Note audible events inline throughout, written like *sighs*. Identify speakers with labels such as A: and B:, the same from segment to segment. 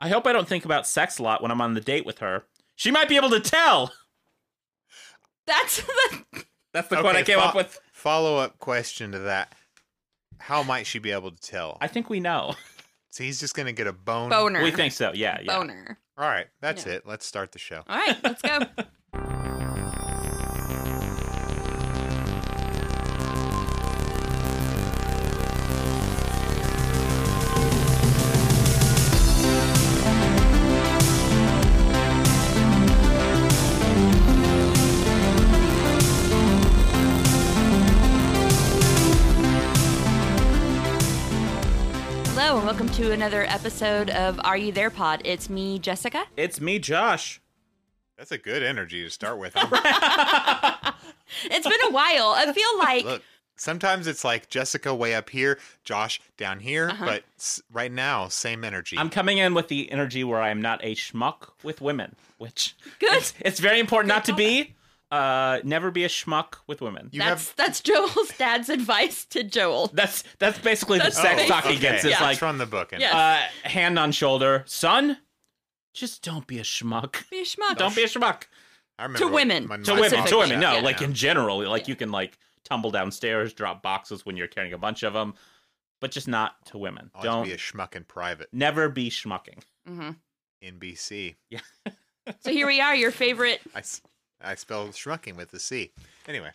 A: I hope I don't think about sex a lot when I'm on the date with her. She might be able to tell.
B: That's *laughs* the
A: That's the quote I came up with.
C: Follow up question to that: How might she be able to tell?
A: I think we know.
C: so he's just gonna get a bone.
A: *laughs*
B: boner.
A: We think so. Yeah, yeah.
B: boner.
C: All right, that's
B: Yeah.
C: it. Let's start the show.
B: All right, let's go. Hello and welcome to another episode of Are You There Pod. It's me, Jessica.
A: It's me, Josh.
C: That's a good energy to start
A: *laughs*
C: with.
B: It's been a while. I
A: *laughs*
B: feel like
C: Look, sometimes it's like Jessica way up here, Josh down here,
B: Uh-huh.
C: but s- right now, same energy.
A: I'm coming in with the energy where I am not a schmuck with women, which
B: Good.
A: It's, it's very important not to
B: call.
A: be. Uh, never be a schmuck with women.
C: you
B: that's
C: have
B: that's Joel's dad's advice to Joel.
A: That's that's basically
B: That's
A: the sex
B: basically-
A: talk he gets. It's
B: Yeah.
A: like
C: from the book. And
B: Yeah.
A: uh, hand on shoulder, son. Just don't be a schmuck.
B: Be a schmuck.
A: Don't be a schmuck
C: I remember
B: To
C: when-
B: women.
C: when
A: to
C: my
A: women. To
C: mom
B: Specifically,
A: women, no,
B: yeah.
A: like in general, like
B: Yeah.
A: you can like tumble downstairs, drop boxes when you're carrying a bunch of them, but just not to women.
C: I'll have
A: don't
C: to be a schmuck in private.
A: never be schmucking.
B: hmm
C: NBC.
B: So here we are, your favorite.
C: I, s- I spelled schmucking with a C. Anyway,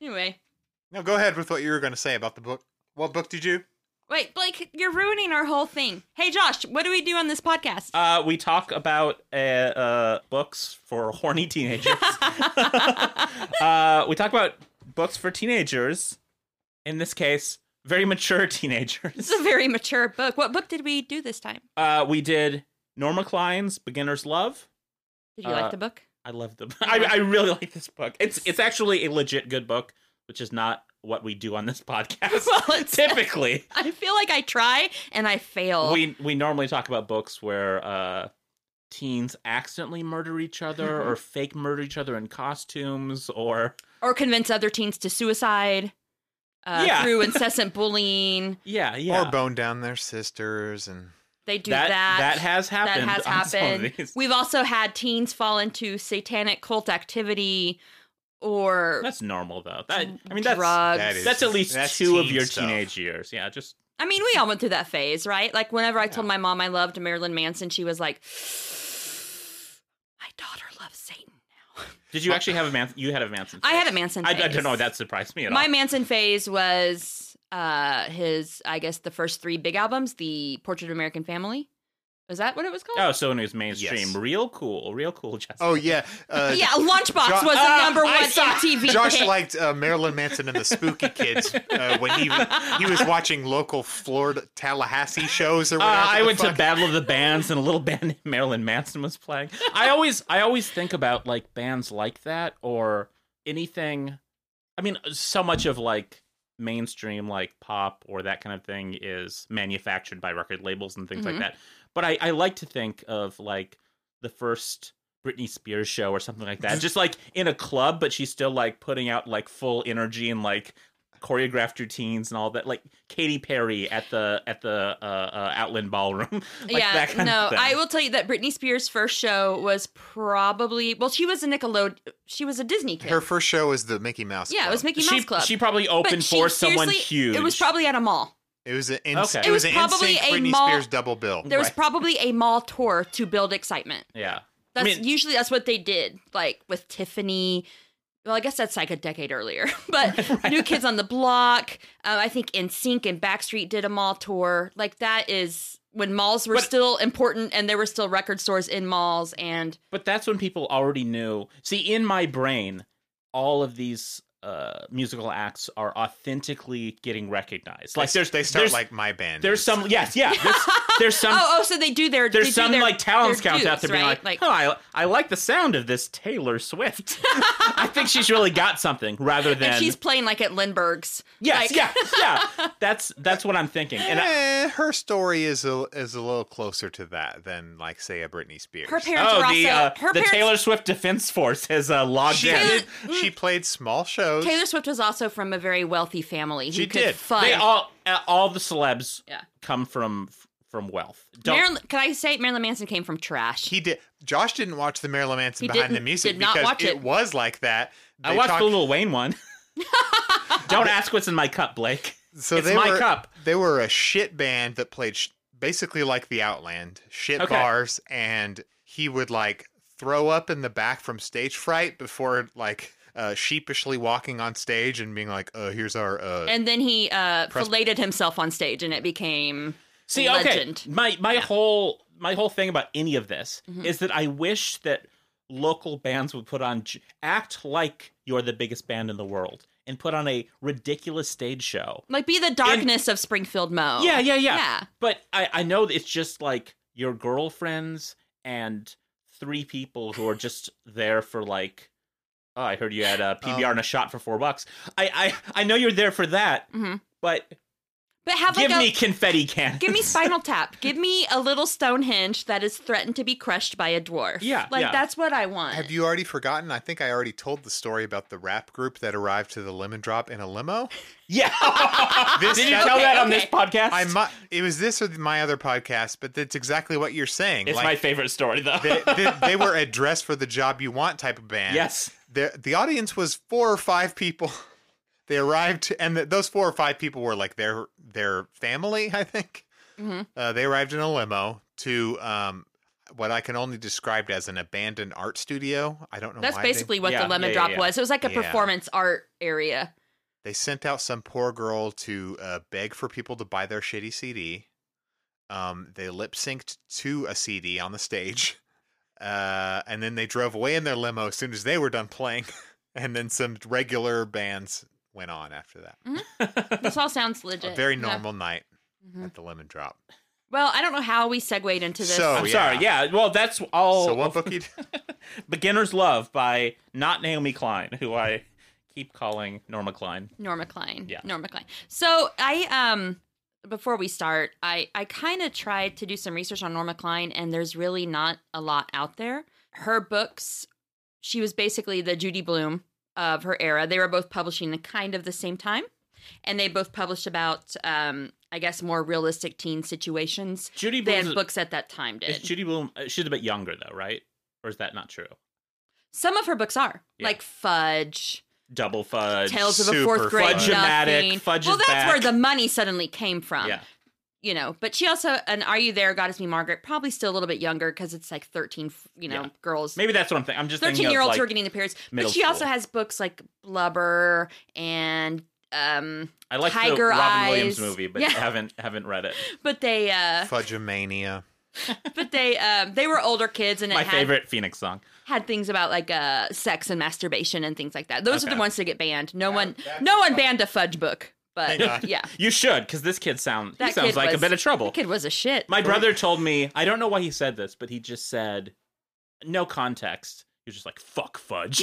B: Anyway,
C: no, go ahead with what you were going to say about the book. What book did you?
B: wait, Blake, you're ruining our whole thing. Hey, Josh, what do we do on this
A: *laughs*
B: podcast? *laughs*
A: Uh, we talk about uh, uh, books for *laughs* horny teenagers.
B: *laughs*
A: uh, we talk about books for teenagers. In this case, very mature *laughs* teenagers.
B: *laughs* This is a very mature book. What book did we do this time?
A: Uh, we did Norma Klein's Beginner's Love.
B: Did you
A: Uh,
B: like the book?
A: I love the. *laughs* I,
C: Uh-huh.
A: I really like this book. It's it's actually a legit good book, which is not what we do on this *laughs*
C: *laughs*
A: podcast.
B: Well, it's-
A: Typically,
B: I feel like I try and I fail.
A: we we normally talk about books where uh, teens accidentally murder each other
C: Mm-hmm.
A: or fake murder each other in costumes or
B: or convince other teens to suicide uh,
A: Yeah. *laughs*
B: through incessant bullying.
A: yeah yeah
C: Or bone down their sisters and
B: They do
A: that, that
B: that.
A: has happened.
B: that has
A: on some of
B: happened.
A: these.
B: We've also had teens fall into satanic cult activity or
A: That's normal though. That I mean that's
B: drugs.
C: That is-
A: that's at least
C: That's
A: two of
C: teen
A: your
C: stuff.
A: teenage years. Yeah, just
B: I mean, we all went through that phase, right? Like whenever I told my mom I loved Marilyn Manson, she was like, "My daughter loves Satan."
A: did you actually have a man? You had a Manson.
B: I had
A: phase.
B: a Manson.
A: I,
B: Phase.
A: I don't know. That surprised me at
B: my
A: all.
B: Manson phase was uh his, I guess, the first three big albums, the Portrait of American Family. Was that what it was called?
A: Oh, so when it was mainstream,
C: Yes.
A: real cool, real cool. Jessica.
C: oh yeah, uh,
B: yeah, Lunchbox
C: Jo-
B: was the
A: Ah,
B: number
A: I
B: one
A: saw-
B: MTV
C: *laughs* Josh
B: hit.
C: liked uh, Marilyn Manson and the Spooky Kids uh, when he
A: *laughs*
C: he was watching local Florida Tallahassee shows or
A: Uh,
C: whatever.
A: I
C: the
A: went to
C: fuck.
A: Battle of the Bands, and a little *laughs* band named Marilyn Manson was playing. I always, I always think about like bands like that or anything. I mean, so much of like mainstream, like pop or that kind of thing, is manufactured by record labels and things
B: Mhm.
A: like that. But I, I like to think of like the first Britney Spears show or something like
B: *laughs*
A: that, just like in a club, but she's still like putting out like full energy and like choreographed routines and all that, like Katy Perry at the at the uh, uh, Outland Ballroom. *laughs* like
B: yeah,
A: that kind
B: no,
A: of thing.
B: I will tell you that Britney Spears' first show was probably well, she was a Nickelodeon, she was a Disney kid.
C: Her first show was the Mickey Mouse.
B: yeah, it
C: Club.
B: was Mickey Mouse
A: She,
B: Club.
A: she probably
B: But
A: opened
B: she-
A: for someone
B: seriously,
A: huge.
B: It was probably at a mall.
C: It was an in-
A: Okay.
C: it,
A: It
C: was,
B: was
C: an
B: probably
C: NSYNC
B: a
C: Britney
B: mall-
C: Spears double bill.
B: There was
A: Right.
B: probably a mall tour to build excitement.
A: yeah. I
B: That's
A: mean-
B: usually that's what they did, like with Tiffany. Well, I guess that's like a decade earlier, *laughs* but
A: *laughs*
B: New Kids on the Block. Um, I think NSYNC and Backstreet did a mall tour. Like that is when malls were
A: But-
B: still important, and there were still record stores in malls. And
A: But that's when people already knew. See, in my brain, all of these uh, musical acts are authentically getting recognized. Like there's
C: they start
A: there's,
C: like my band.
A: there's
C: is.
A: some yes yeah there's,
B: *laughs*
A: there's some
B: oh, oh, so they do their they
A: there's
B: do
A: some
B: their-
A: like talent
B: their
A: scouts out there
B: dues,
A: being
B: right?
A: like, oh, I, I like the sound of this Taylor Swift. *laughs* I think she's really got something rather than
B: and she's playing like at Lindbergh's.
A: yes,
B: like-
A: yeah,
B: *laughs*
A: yeah. That's that's what I'm thinking. And uh, I,
C: Eh, her story is a, is a little closer to that than like say a Britney Spears.
B: Her parents
A: oh,
B: were
A: the
B: also
A: uh,
B: her
A: the
B: parents.
A: Taylor Swift Defense Force has uh, logged
C: she,
A: in.
B: Taylor-
C: did, she played small shows.
B: Taylor Swift was also from a very wealthy family. who
C: She
B: could
C: did.
B: Fund.
A: They all uh, all the celebs
B: Yeah.
A: come from f- from wealth. Don't
B: Marilyn, can I say Marilyn Manson came from trash?
C: He did. Josh didn't watch the Marilyn Manson
B: He
C: behind the
B: didn't-
C: music
B: did not
C: because
B: watch
C: it.
B: it.
C: was like that.
A: I
C: They
A: watched
C: talked-
A: the Lil Wayne
B: *laughs*
A: one. Don't ask what's in my cup, Blake.
C: so
A: it's
C: they
A: my
C: were,
A: cup.
C: They were a shit band that played sh- basically like the Outland, shit
A: Okay.
C: bars, and he would like throw up in the back from stage fright before like uh, sheepishly walking on stage and being like, "Uh, here's our uh,
B: and then he uh,
C: Press-
B: filleted himself on stage, and it became
A: See,
B: Legend. Mm-hmm.
A: okay, my my whole my whole thing about any of this is that I wish that local bands would put on j- act like you're the biggest band in the world and put on a ridiculous stage show.
B: like be the darkness of Springfield Mo.
A: Yeah, yeah, yeah,
B: Oh. yeah.
A: But I I know that it's just like your girlfriends and three people who are just there for like. Oh, I heard you had
B: *laughs*
A: a PBR and a shot for four bucks. I, I I know you're there for that,
B: hmm
A: but
B: But have
A: give
B: like a
A: me confetti cannons. *laughs*
B: give me Spinal Tap. Give me a little Stonehenge that is threatened to be crushed by a dwarf.
A: Yeah,
B: like
A: yeah.
B: that's what I want.
C: Have you already forgotten? I think I already told the story about the rap group that arrived to the Lemon Drop in a limo.
A: Yeah.
C: This-
A: Did you
C: that-
A: tell
B: okay,
A: that on
B: okay.
A: this podcast? *laughs*
C: I mu- it was this or my other podcast, but that's exactly what you're saying.
A: it's my favorite story, though.
C: they, they, they were a dress for the job you want type of
A: *laughs*
C: band.
A: yes.
C: The, the audience was four or five people. *laughs* They arrived, and th those four or five people were like their their family. I think
B: Mhm.
C: uh, they arrived in a limo to um, what I can only describe as an abandoned art studio. I don't know.
B: That's
C: why they-
B: basically what
A: Yeah,
B: the Lemon
A: yeah, yeah,
B: Drop
A: yeah.
B: was. It was like a
C: Yeah.
B: performance art area.
C: they sent out some poor girl to uh, beg for people to buy their shitty CD. Um, they lip synced to a CD on the stage, uh, and then they drove away in their limo as soon as they were done playing. *laughs* and then some regular bands went on after that.
B: This all sounds
C: A
B: legit.
C: very
B: Yeah.
C: normal night
B: Mhm.
C: at the Lemon Drop.
B: Well, I don't know how we segued into this.
C: So- Oh,
A: I'm
C: yeah.
A: sorry. Yeah. Well, that's all.
C: so what book you?
A: Beginner's Love by not Naomi Klein, who I keep calling Norma Klein.
B: Norma Klein.
A: Yeah.
B: Norma Klein. So I um before we start, I I kind of tried to do some research on Norma Klein and there's really not a lot out there. Her books, she was basically the Judy Bloom of her era. They were both publishing at kind of the same time. And they both published about um I guess more realistic teen situations
A: Judy
B: than
A: Bloom.
B: books at that time
A: Is
B: did.
A: Judy Bloom? uh, She's a bit younger, though, right? Or is that not true?
B: Some of her books are
A: Yeah.
B: like Fudge,
A: Double Fudge.
B: Tales of a
C: super
B: Fourth Grade
C: fudge.
A: Fudge-o-matic,
B: Nothing.
A: Fudge
B: well,
A: is
B: that's
A: back.
B: where the money suddenly came from.
A: Yeah.
B: you know but she also and are you there goddess me margaret probably still a little bit younger because it's like 13 you know
A: Yeah.
B: girls
A: Maybe that's what I'm thinking. I'm just
B: 13
A: thinking
B: year
A: of
B: olds
A: like,
B: who are getting the periods but
A: middle
B: she also
A: school.
B: has books like blubber and um
A: I like the
B: Tiger
A: Robin
B: Eyes.
A: Williams movie, but
B: Yeah.
A: haven't haven't read it.
B: but they uh
C: Fudgemania.
B: but they um *laughs* they were older kids and it
A: My
B: had,
A: favorite Phoenix song.
B: had things about like uh sex and masturbation and things like that those are
A: Okay.
B: the ones that get banned no one no one banned a fudge book
C: Thank
B: but
C: God.
B: yeah
A: You should, because this kid sound he
B: That
A: sounds
B: kid
A: like a
B: was-
A: bit of trouble.
B: that kid was a shit
A: My brother told me, I don't know why he said this, but he just said, no context. He was just like, fuck
B: *laughs*
A: fudge.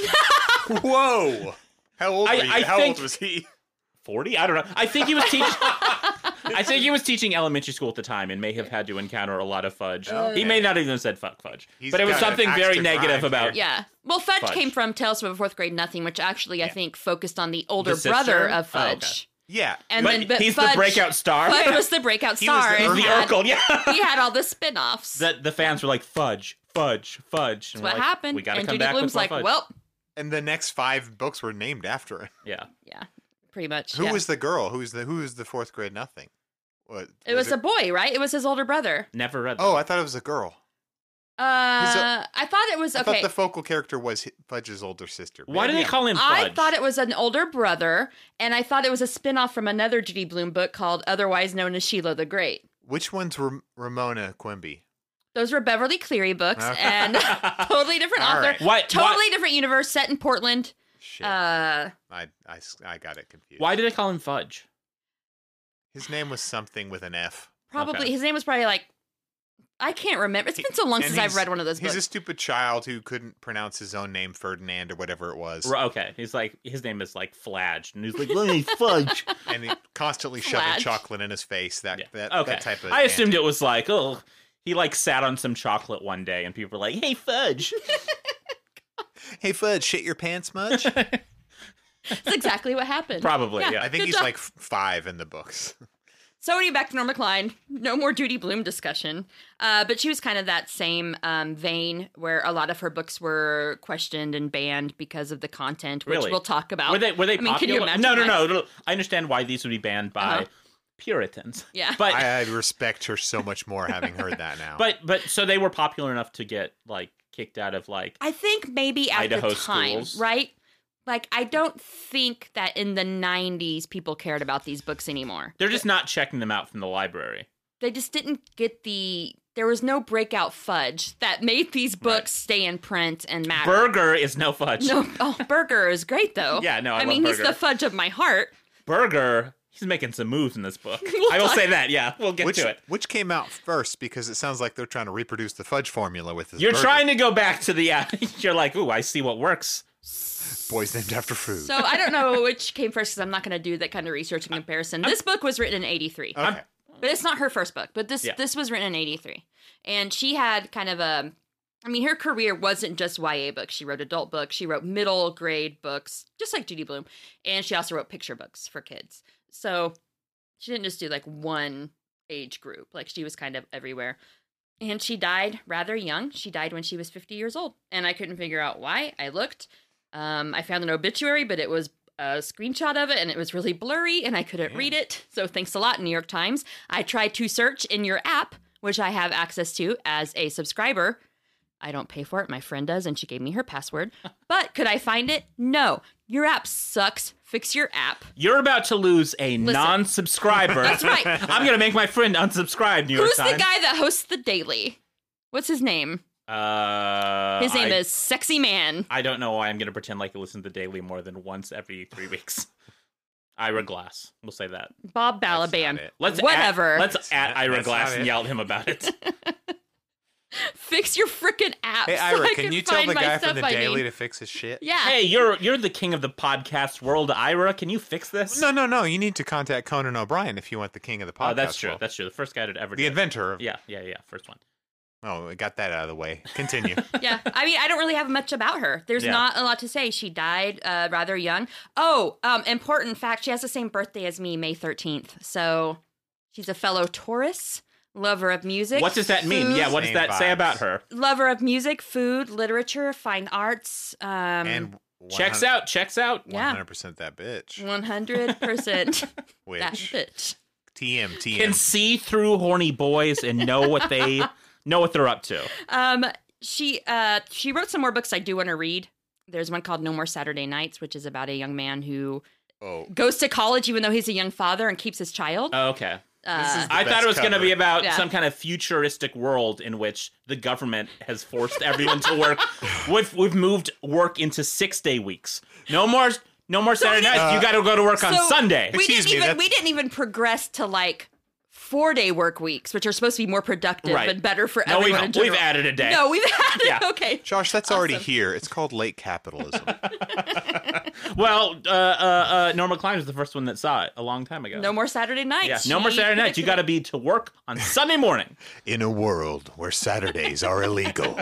C: Whoa! How old?
A: I-
C: were you?
A: I
C: How
A: think-
C: old was he? *laughs*
A: 40? I don't know. I think he was
B: *laughs*
A: teaching. I think he was teaching elementary school at the time and may have had to encounter a lot of fudge.
B: Oh,
C: Okay.
A: He may not even have said fuck fudge,
C: He's
A: but it was
C: got an
A: something
C: axe
A: very
C: to
A: negative
C: grind
A: about.
C: here.
B: Yeah. Well, Fudge,
A: Fudge.
B: came from Tales from a Fourth Grade Nothing, which actually I think focused on the older
A: The sister?
B: brother of
A: Oh, okay.
B: Fudge.
C: Yeah.
B: And
A: but
B: then but
A: he's
B: Fudge-
A: the breakout star.
B: Fudge was the breakout
C: He was
B: star.
C: the
A: He's
B: and
A: the
B: had,
A: Urkel,
C: *laughs*
A: yeah.
B: he had all the spin-offs.
A: the, the fans were like, fudge, fudge, fudge.
B: That's
A: And
B: what
A: we're like,
B: happened.
A: We gotta
B: and
A: come
B: Judy
A: back with
B: Blume's
A: more
B: like,
A: fudge.
B: well,
C: And the next five books were named after him.
A: Yeah.
B: yeah, pretty much.
C: Who
B: yeah.
C: was the girl? Who was the Who was the fourth grade? Nothing. What,
B: It was a boy, right? It was his older brother.
A: Never read that.
C: Oh, I thought it was a girl.
B: Uh,
C: a-
B: I thought it was
C: I thought
B: okay.
C: the focal character was Hi- Fudge's older sister.
A: Why do they
C: Maybe I'm-
A: call him fudge?
B: I
A: *laughs*
B: thought it was an older brother, and I thought it was a spin-off from another Judy Blume book called Otherwise Known as Sheila the Great.
C: Which one's Ram- Ramona Quimby?
B: Those were Beverly
A: *laughs*
B: Cleary books,
C: Okay.
B: and *laughs* totally different
C: All
B: author.
C: right.
A: Why,
B: totally
A: why,
B: different universe set in Portland.
C: Shit,
B: Uh,
C: I, I s- I got it confused.
A: why did I call him fudge?
C: His name was something with an F.
B: probably
A: Okay.
B: his name was probably like I can't remember. It's been so long
C: And
B: since I've
C: he's-
B: read one of those
C: He's
B: books.
C: a stupid child who couldn't pronounce his own name, Ferdinand or whatever it was,
A: Ro- Okay, he's like his name is like Fladge, and he's
B: *laughs*
A: like let me fudge.
C: and he constantly shoving
B: Flash.
C: chocolate in his face. That
A: Yeah.
C: that,
A: okay,
C: that type of.
A: I assumed it was like oh, he like sat on some chocolate one day, and people were like, "Hey,
B: *laughs*
A: fudge."
C: Hey, Fudge, shit your
A: *laughs*
C: pants much?
B: That's exactly what happened.
A: Probably,
B: Yeah.
A: yeah.
C: I think
B: Good
C: he's
B: job.
C: like f- five in the books.
B: So anyway, back to Norma Klein. No more Judy Bloom discussion. Uh, but she was kind of that same um, vein where a lot of her books were questioned and banned because of the content, which
A: Really?
B: we'll talk about.
A: Were they were they
B: I mean, can you
A: popular?
B: imagine
A: no, no,
B: that?
A: no, no. I understand why these would be banned by
B: Uh-huh.
A: Puritans. *laughs*
B: Yeah.
A: But
C: I, I respect her so much more having heard that *laughs* now.
A: but but so they were popular enough to get like kicked out of like
B: I think maybe at
A: Idaho
B: the time,
A: schools.
B: right? Like I don't think that in the 90s people cared about these books anymore.
A: they're just not checking them out from the library.
B: They just didn't get the there was no breakout fudge that made these books stay in print and matter.
A: Burger is no fudge.
B: *laughs* no, oh, Burger is great though.
A: Yeah, no, I,
B: I,
A: love
B: mean
A: Burger.
B: he's the fudge of my heart.
A: Burger, he's making some moves in this book.
B: *laughs* We'll
A: I will
B: talk-
A: say that. Yeah, we'll get
C: which
A: to it.
C: which came out first because it sounds like they're trying to reproduce the fudge formula with this.
A: You're
C: burger.
A: trying to go back to the. Uh, *laughs* you're like, ooh, I see what works.
C: boys named after food.
B: So I
A: *laughs*
B: don't know which came first because I'm not going to do that kind of research and comparison. This book was written in '83.
C: okay.
A: I'm-
B: but it's not her first book but this
A: Yeah.
B: this was written in 83 and she had kind of a i mean her career wasn't just ya books she wrote adult books she wrote middle grade books just like judy bloom and she also wrote picture books for kids so she didn't just do like one age group like she was kind of everywhere and she died rather young she died when she was 50 years old and i couldn't figure out why i looked um, i found an obituary but it was a screenshot of it and it was really blurry and i couldn't read it so thanks a lot new york times i tried to search in your app which i have access to as a subscriber i don't pay for it my friend does and she gave me her
C: *laughs*
B: password but could i find it no your app sucks fix your app
A: You're about to lose a
B: Listen.
A: non-subscriber.
B: that's
A: *laughs*
B: right
A: I'm gonna make my friend unsubscribe. New York
B: Who's the
A: Times.
B: guy that hosts the Daily? What's his name?
A: Uh,
B: His name
A: I,
B: is Sexy Man.
A: I don't know why I'm gonna pretend like I listen to Daily more than once every three weeks. *laughs* Ira Glass. We'll say that.
B: Bob
C: not
B: Balaban. *laughs*
C: it.
A: Let's
B: Whatever.
A: At, let's at Ira
C: That's
A: Glass
C: not
A: and
C: it.
A: yell at him about
B: *laughs*
A: it.
B: Fix your freaking app.
C: Hey
B: so
C: Ira,
B: I
C: can you tell
B: find
C: the
B: my
C: guy from
B: stuff
C: the
B: I need.
C: Daily to fix his shit?
B: Yeah.
A: hey, you're you're the king of the podcast world, Ira. Can you fix this?
C: No, no, no. You need to contact Conan O'Brien if you want the king of the podcast.
A: Oh, that's true.
C: world.
A: That's true. The first guy to ever.
C: the
A: do it.
C: inventor. Of,
A: Yeah, yeah, yeah. First one.
C: Oh, we got that out of the way. Continue.
B: yeah. I mean, I don't really have much about her. There's
A: Yeah.
B: not a lot to say. She died uh, rather young. Oh, um, important fact. She has the same birthday as me, May 13th. So she's a fellow Taurus, lover of music.
A: What does that mean?
B: food-
A: Yeah, what does
C: Same
A: that say
C: vibes.
A: about her?
B: Lover of music, food, literature, fine arts. *laughs* Um,
C: and
A: Checks out, checks out.
B: Yeah.
C: 100% that bitch.
A: *laughs*
B: 100%
C: Which
B: that *laughs* bitch.
C: TM, TM.
A: Can see through horny boys and know what *laughs* they know what they're up to.
B: Um, she uh she wrote some more books I do want to read. There's one called No More Saturday Nights, which is about a young man who
C: oh,
B: goes to college even though he's a young father and keeps his child.
A: Oh, Okay.
B: Uh,
C: is- The
A: I thought
C: best
A: it was going to
C: cover.
A: be about
B: Yeah.
A: some kind of futuristic world in which the government has forced everyone to *laughs* work. We've, we've moved work into six day weeks. No more, no more Saturday nights. you got to go to work on
B: so
A: Sunday.
B: We didn't
C: Excuse me,
B: even
C: that's-
B: we didn't even progress to like four day work weeks, which are supposed to be more productive
A: Right.
B: and better for
A: no,
B: everyone. in
A: we've,
B: general.
A: we've added a day.
B: No, we've *laughs* added.
A: Yeah.
B: Okay.
C: Josh, that's already
B: Awesome.
C: here. It's called late capitalism.
A: Well, uh, uh, uh, Norma Klein was the first one that saw it a long time ago.
B: No more Saturday
A: Yeah,
B: nights.
A: no more
B: She *laughs*
A: Saturday nights. You got to be to work on Sunday morning.
C: In a world where Saturdays are
A: *laughs*
C: illegal.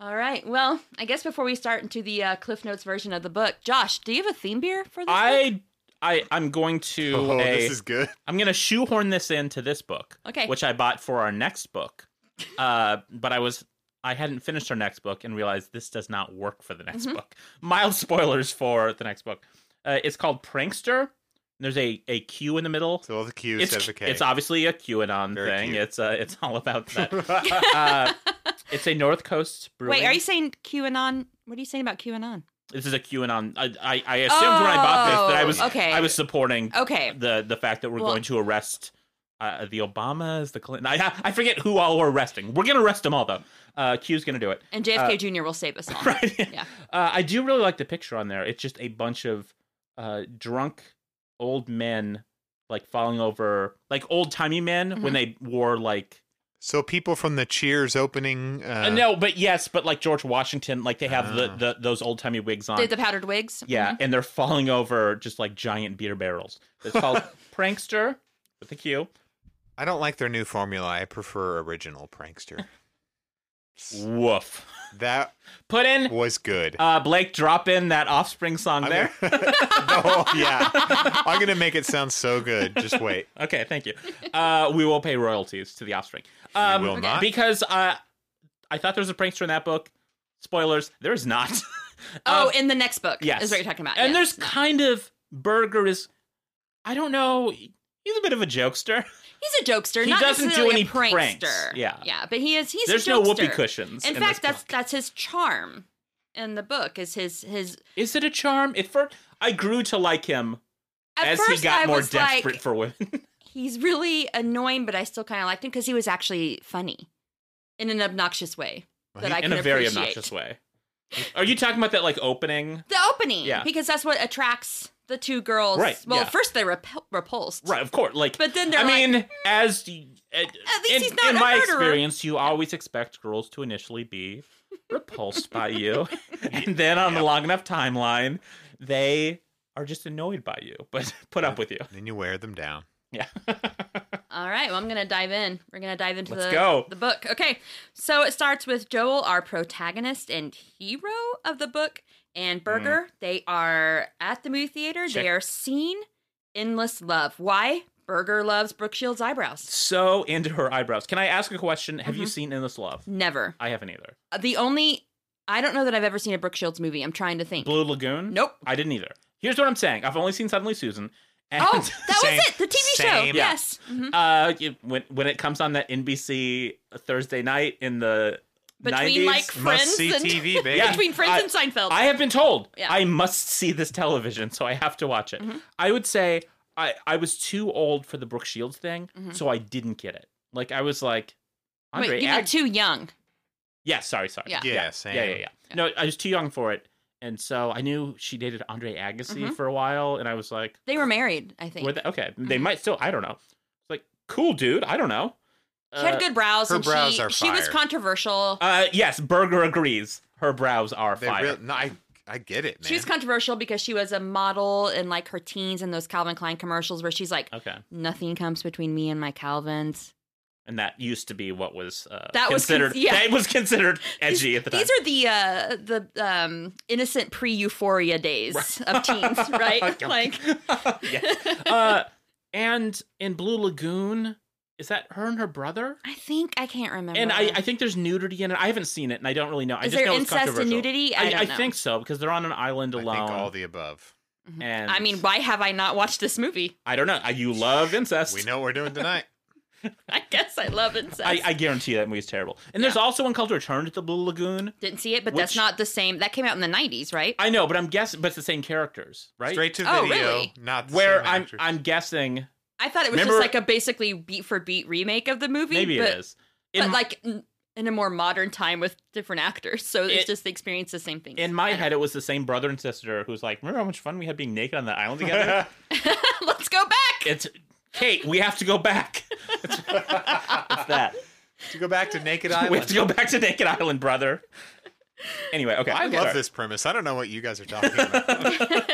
B: All right. Well, I guess before we start into the uh, Cliff Notes version of the book, Josh, do you have a theme beer for this? book?
A: I, I, I'm going to.
C: *laughs* oh,
A: a-
C: this is good.
A: I'm gonna shoehorn this into this book,
B: Okay.
A: which I bought for our next book. Uh, but I was I hadn't finished our next book and realized this does not work for the next
B: Mm-hmm.
A: book. Mild *laughs* spoilers for the next book. Uh, it's called Prankster. There's a a Q in the middle.
C: So all the Q
A: It's,
C: says okay.
A: it's obviously a QAnon
C: Very
A: thing.
C: cute.
A: It's uh, it's *laughs* all about
C: *laughs*
A: that. uh, it's a North Coast brewing.
B: Wait, are you saying QAnon? What are you saying about QAnon?
A: This is a QAnon. I I, I assumed when I bought this that I
B: Oh,
A: was
B: okay.
A: I was supporting
B: Okay.
A: the the fact that we're
B: Well-
A: going to arrest uh, the Obamas, the Clinton. I I forget who all we're arresting. We're gonna arrest them all though. Uh, Q's gonna do it. *laughs*
B: And JFK Jr. will save us all.
A: Uh, Right.
B: Yeah.
A: Uh, I do really like the picture on there. It's just a bunch of uh, drunk old men like falling over, like old timey men
B: Mm-hmm.
A: when they wore like
C: so people from the Cheers opening. Uh,
A: uh, no, but yes, but like George Washington, like they have the,
C: Ah.
A: the those old timey wigs on.
B: Did the powdered wigs? Mm-hmm.
A: Yeah, and they're falling over just like giant beer barrels. It's called Prankster with a Q.
C: I don't like their new formula. I prefer original prankster.
A: Woof.
C: That
A: Put in
C: was good.
A: uh, Blake. Drop in that Offspring song
C: I'm
A: there.
C: *laughs* gonna- No, yeah. I'm gonna make it sound so good. Just wait.
A: Okay, thank you. Uh, we will pay royalties to the offspring. Um,
C: will not?
A: because uh, I thought there was a prankster in that book. Spoilers: there is not. *laughs*
B: Oh,
A: Um,
B: in the next book
A: yes.
B: is what you're talking about.
A: and
B: Yeah.
A: there's kind of Burger is. I don't know. He's a bit of a jokester.
B: he's a jokester.
A: He
B: not
A: doesn't do
B: necessarily
A: any
B: a prankster.
A: pranks. Yeah.
B: yeah, but he is. He's
A: There's
B: a
A: no whoopee
B: jokester.
A: cushions.
B: In,
A: this
B: fact, that's
A: book.
B: that's his charm in the book. Is his his
A: is it a charm? At first, I grew to like him
B: at
A: as he
B: first
A: got
B: I
A: more
B: was
A: desperate
B: like
A: for women.
B: he's really annoying, but I still kind of liked him because he was actually funny in an obnoxious way that I
A: *laughs* in
B: could
A: a very
B: appreciate.
A: obnoxious way. Are you talking about that like opening?
B: The opening,
A: Yeah.
B: because that's what attracts the two girls.
A: Right,
B: Well,
A: yeah.
B: first they're repel- repulsed,
A: Right, of course. Like,
B: But then *laughs* they're
A: I
B: like-
A: mean, as y- at,
B: least
A: in,
B: he's not
A: in
B: a
A: my
B: murderer.
A: experience, you always expect girls to initially be repulsed by
B: *laughs*
A: you, *laughs* and then on a
C: Yep.
A: long enough timeline, they are just annoyed by you, but *laughs* put up with you.
C: *laughs* Then you wear them down.
A: Yeah.
B: All right, well, I'm going to dive in. We're going to dive into
A: Let's
B: the,
A: go.
B: the book. Okay, so it starts with Joel, our protagonist and hero of the book, and Burger. They are at the movie theater.
A: Mm-hmm. Check.
B: They are seen endless love. Why? Burger loves Brooke Shields' eyebrows.
A: so into her eyebrows. Can I ask a question? Have
B: Mm-hmm.
A: you seen In This Love?
B: Never. Uh,
A: I haven't either.
B: The only, I don't know that I've ever seen a Brooke Shields movie. I'm trying to think.
A: Blue Lagoon? *laughs*
B: Nope.
A: I didn't either. Here's what I'm saying. I've only seen Suddenly Susan. And
B: Oh, that
C: Same.
B: was it. The TV show.
C: Same.
A: Yeah.
B: Yes. Mhm.
A: *laughs* uh, you- when when it comes on that NBC Thursday night in the
B: Between
A: 90s,
B: like
C: Must
B: friends
C: see
B: and
C: TV,
A: *laughs*
C: baby.
A: Yeah.
B: between friends
A: I-
B: and Seinfeld.
A: I have been told
B: Yeah.
A: I must see this television, so I have to watch it.
B: Mhm.
A: I would say I, I was too old for the Brooke Shields thing,
B: Mhm.
A: so I didn't get it. Like I was like,
B: Wait,
A: Andre,
B: you mean
A: Ag-
B: too young?
A: yeah, sorry, sorry,
B: Yeah.
C: Yeah,
A: yeah,
C: same.
A: yeah, yeah, yeah.
B: Yeah.
A: No, I was too young for it, and so I knew she dated Andre Agassi
B: Mhm.
A: for a while, and I was like,
B: They were married, I think.
A: were they, okay, they
B: Mhm.
A: might still, I don't know. It's like, cool, dude, I don't know.
B: She had
A: Uh,
B: good brows.
C: her
B: and
C: brows
B: she,
C: are
B: She was
C: fire.
B: controversial.
A: uh, yes, Berger agrees. Her brows are
C: They
A: fire.
C: real- no, I, I get it, man.
B: she was controversial because she was a model in like her teens in those Calvin Klein commercials where she's like,
A: okay,
B: "Nothing comes between me and my Calvins."
A: and that used to be what was uh,
B: That was con-
A: considered.
B: yeah.
A: That was considered edgy
B: *laughs* these,
A: at the time.
B: These are the uh, the um, innocent pre euphoria days
A: *laughs*
B: of teens, right?
A: Yeah.
B: like, *laughs*
A: *laughs* yeah. Uh, and in Blue Lagoon, is that her and her brother?
B: I think I can't remember.
A: And I, I think there's nudity in it. I haven't seen it, and I don't really know. I
B: is
A: just
B: there
A: know it's
B: incest and
A: controversial.
B: nudity? I,
A: I,
B: don't
A: I
B: know.
A: think so because they're on an island
C: I
A: alone.
C: think all the above.
A: and
B: I mean, why have I not watched this movie? *laughs*
A: I don't know. I- You love incest.
C: We know what we're doing tonight.
B: I guess I love incest.
A: I, I guarantee that movie's terrible. And there's also one called Return to the Blue Lagoon.
B: Didn't see it, but
A: Which-
B: that's not the same. That came out in the '90s, right?
A: I know, but I'm guessing, but it's the same characters, right?
C: Straight to
B: Oh,
C: video,
B: really?
C: not the
A: Where
C: same
A: I'm,
C: actors.
A: I'm guessing
B: I thought it was
A: Remember-
B: just like a basically beat for beat remake of the movie.
A: maybe
B: but,
A: it is.
B: but
A: In-
B: like n- in a more modern time with different actors, so it's
A: It-
B: just they experience the same thing.
A: in my head, it was the same brother and sister who's like, "Remember how much fun we had being naked on the island together?"
B: *laughs*
A: *laughs*
B: Let's go back.
A: it's Kate. We have to go back. *laughs* it's that
C: to go back to
A: *laughs*
C: Naked
A: we have
C: Island.
A: to go back to Naked Island, brother. Anyway, okay.
C: I
A: Sorry.
C: love this premise. I don't know what you guys are talking about.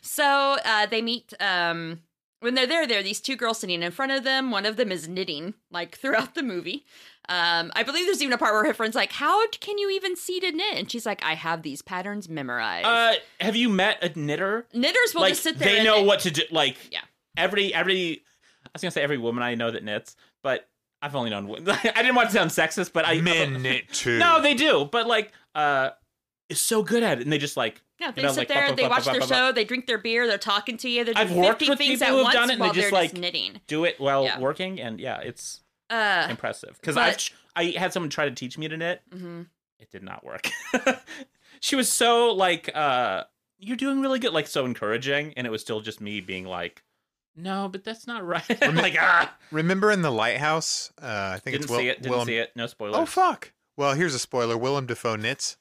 B: So uh, they meet. Um, when they're there, there are these two girls sitting in front of them. One of them is knitting, like throughout the movie. Um, I believe there's even a part where her friend's like, "How can you even see to knit?" And she's like, "I have these patterns memorized."
A: Uh, have you met a knitter?
B: Knitters will
A: like
B: just sit there.
A: they
B: and
A: know
B: knit.
A: what to do. Like
B: Yeah.
A: every every. I was gonna say every woman I know that knits, but I've only known. one. *laughs* I didn't want to sound sexist, but *laughs* I
C: Minute two.
A: No, they do, but like, uh, is so good at it, and they just like.
B: Yeah, they
A: you know,
B: sit
A: like,
B: there,
A: bop,
B: they
A: bop,
B: watch
A: bop,
B: their
A: bop,
B: show, they drink their beer, they're talking to you, they're
A: I've
B: doing
A: worked
B: 50
A: with
B: things
A: people
B: at
A: who've
B: once
A: done it, and they
B: while
A: just,
B: they're
A: like-
B: knitting.
A: Do it while
B: Yeah.
A: working, and yeah, it's
B: Uh,
A: impressive. Because
B: but-
A: I I had someone try to teach me to knit,
B: mhm.
A: it did not work. *laughs* she was so like, uh, you're doing really good, like so encouraging, and it was still just me being like, no, but that's not right. I'm *laughs* like, ah,
C: Remember in the lighthouse? Uh, I think
A: didn't
C: it's Will.
A: see it, didn't
C: Willem-
A: see it. No spoilers.
C: Oh fuck! Well, here's a spoiler. Willem Dafoe knits.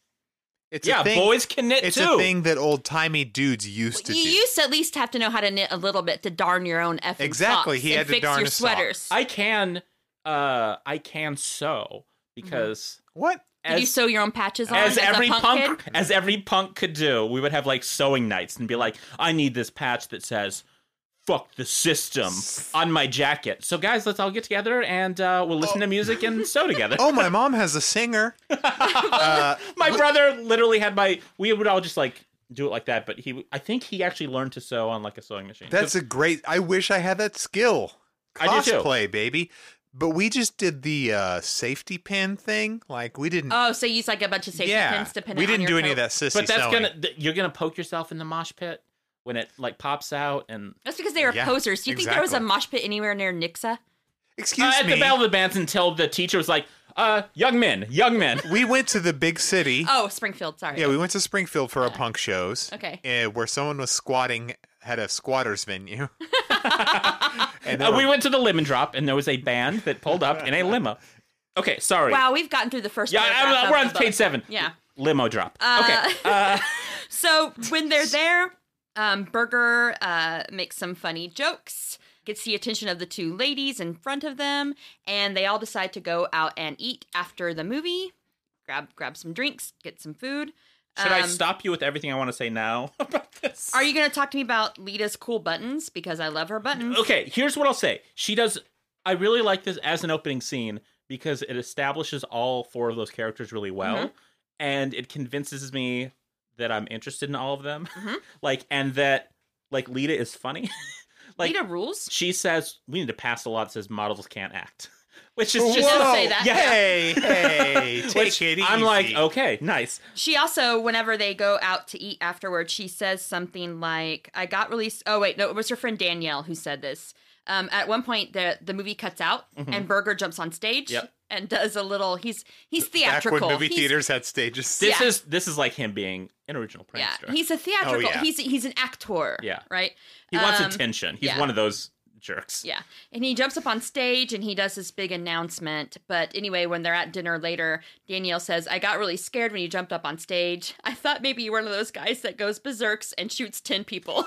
C: It's
A: yeah,
C: a thing.
A: boys can knit
C: it's
A: too.
C: a thing that old timey dudes used to
B: you
C: do.
B: used to at least have to know how to knit a little bit to darn your own effing
C: Exactly,
B: socks
C: he
B: and
C: had to
B: fix
C: darn
B: your
C: a sock.
B: sweaters.
A: I can, uh, I can sew because
C: what?
B: Mm-hmm. Did you
A: as
B: sew your own patches on
A: as
B: as,
A: every
B: a punk,
A: punk,
B: kid?
A: as every punk could do, we would have like sewing nights and be like, I need this patch that says fuck the system on my jacket. So, guys, let's all get together and uh, we'll listen to music and
C: *laughs*
A: sew together.
C: Oh, my mom has
A: *laughs*
C: a singer. uh,
A: my brother literally had my. We would all just like do it like that, but he. I think he actually learned to sew on like a sewing machine.
C: that's a great. I wish I had that skill.
A: I do too.
C: Cosplay, baby. But we just did the uh, safety pin thing. Like we didn't.
B: Oh, so you use like a bunch of safety
C: yeah,
B: pins to pin.
C: we
B: it on
C: didn't
B: your
C: do any
B: coat.
C: of that sissy
A: but that's
C: sewing.
A: gonna. Th- you're gonna poke yourself in the mosh pit when it like pops out and.
B: That's because they were
C: Yeah,
B: posers. Do you think there was a
C: exactly.
B: mosh pit anywhere near Nixa?
C: Excuse
A: Uh, at
C: me.
A: the Battle of the Bands until the teacher was like, uh, young men, young men.
C: we went to the big city.
B: Oh, Springfield. Sorry.
C: Yeah, we went to Springfield for our punk shows.
B: Okay.
C: Uh, where someone was squatting had a squatters venue. and
A: Uh,
C: we
A: we went to the Lemon Drop and there was a band that pulled up in a limo. Okay, sorry.
B: Wow, we've gotten through the first.
A: Yeah,
B: paragraph
A: I- I-
B: of
A: we're on
B: the book.
A: page seven.
B: Yeah.
A: Limo drop.
B: Uh,
A: okay.
B: *laughs*
A: Uh,
B: So when they're there, um, Burger uh, makes some funny jokes, gets the attention of the two ladies in front of them, and they all decide to go out and eat after the movie. Grab grab some drinks, get some food.
A: should I
B: Um,
A: stop you with everything I want to say now *laughs* about this?
B: Are you going to talk to me about Lita's cool buttons because I love her buttons?
A: okay, here's what I'll say. She does. I really like this as an opening scene because it establishes all four of those characters really well,
B: Mm-hmm.
A: and it convinces me that I'm interested in all of them.
B: Mhm.
A: *laughs* like, and that like Lita is funny. *laughs* like
B: Lita rules.
A: she says, we need to pass a law that says models can't act, *laughs* which is
C: Whoa.
A: just
B: Whoa.
A: *laughs*
B: say that.
C: Hey, hey, take
A: which
C: it
A: I'm like,
C: easy.
A: okay, nice.
B: She also, whenever they go out to eat afterwards, she says something like, I got released. Oh, wait, no, it was her friend Danielle who said this. Um, at one point, the, the movie cuts out and Berger jumps on stage
A: Yep.
B: and does a little, he's he's
C: back when
B: theatrical.
C: movie
B: He's-
C: theaters had stages.
A: This
B: Yeah.
A: is this is like him being an original
B: Yeah,
A: prankster.
B: he's a theatrical.
C: yeah.
B: He's he's an actor.
A: Yeah.
B: right.
A: he wants
B: Um,
A: attention. He's
B: yeah.
A: one of those jerks.
B: Yeah. And he jumps up on stage and he does this big announcement. But anyway, when they're at dinner later, Danielle says, I got really scared when you jumped up on stage. I thought maybe you were one of those guys that goes berserks and shoots 10 people.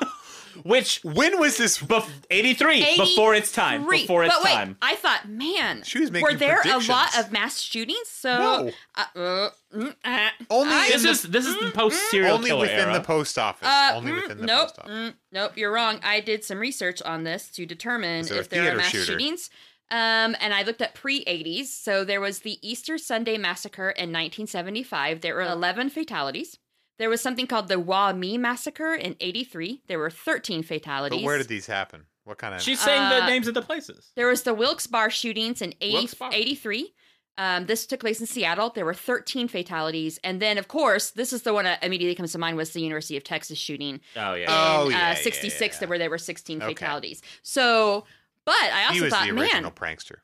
A: Which
C: When was this?
A: bef- 83, before it's time.
B: Three.
A: Before it's
B: but wait,
A: time.
B: I thought, man,
C: She was making
B: were there a lot
C: predictions.
B: of mass shootings? So
C: No.
B: uh, uh, mm, uh,
C: Only
B: I-
A: This is this is
B: Mm-hmm.
A: the post serial
C: Only
A: killer
C: within
A: era.
C: the post office.
B: uh,
C: Only
B: mm,
C: within the
B: nope,
C: post office.
B: mm, nope, you're wrong. I did some research on this to determine
C: there a
B: if there are
C: theater
B: mass
C: shooter?
B: shootings. Um, and I looked at pre 80s. So there was the Easter Sunday massacre in 1975. There were 11 fatalities. There was something called the Wa Me massacre in 83. There were 13 fatalities.
C: But where did these happen? What kind of?
A: She's saying the
B: Uh,
A: names of the places.
B: There was the Wilkes Barre shootings in 80,
A: Wilkes Barre.
B: 83. Um, this took place in Seattle. There were 13 fatalities. And then, of course, this is the one that immediately comes to mind was the University of Texas shooting
A: Oh yeah.
C: Oh,
B: in
C: yeah, yeah,
B: uh, 66
C: yeah.
B: that where there were 16
C: Okay.
B: fatalities. So, but I
C: he
B: also
C: was
B: thought,
C: the
B: man,
C: original prankster.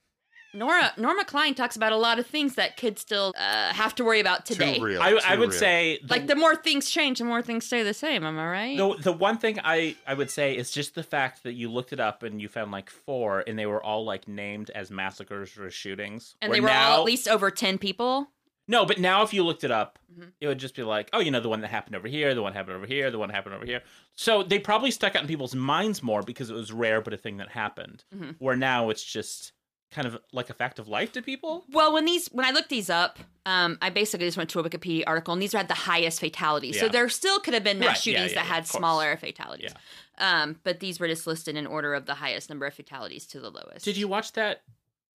B: Nora Norma Klein talks about a lot of things that kids still uh, have to worry about today.
C: Too real.
A: I, I
C: too
A: would
C: real.
A: say the,
B: Like the more things change, the more things stay the same. Am I right?
A: the the one thing I I would say is just the fact that you looked it up and you found like four and they were all like named as massacres or shootings.
B: and
A: Where
B: they were
A: now,
B: all at least over 10 people.
A: No, but now if you looked it up,
B: Mhm.
A: it would just be like, oh, you know, the one that happened over here, the one happened over here, the one happened over here. So they probably stuck out in people's minds more because it was rare, but a thing that happened.
B: Mhm.
A: Where now it's just kind of like a fact of life to people.
B: Well, when these when I looked these up, um, I basically just went to a Wikipedia article, and these had the highest fatalities. So
A: Yeah.
B: there still could have been mass
A: Right, yeah,
B: shootings
A: yeah,
B: that
A: yeah,
B: had
A: of course.
B: smaller fatalities. Um, but these were just listed in order of the highest number of fatalities to the lowest.
A: Did you watch that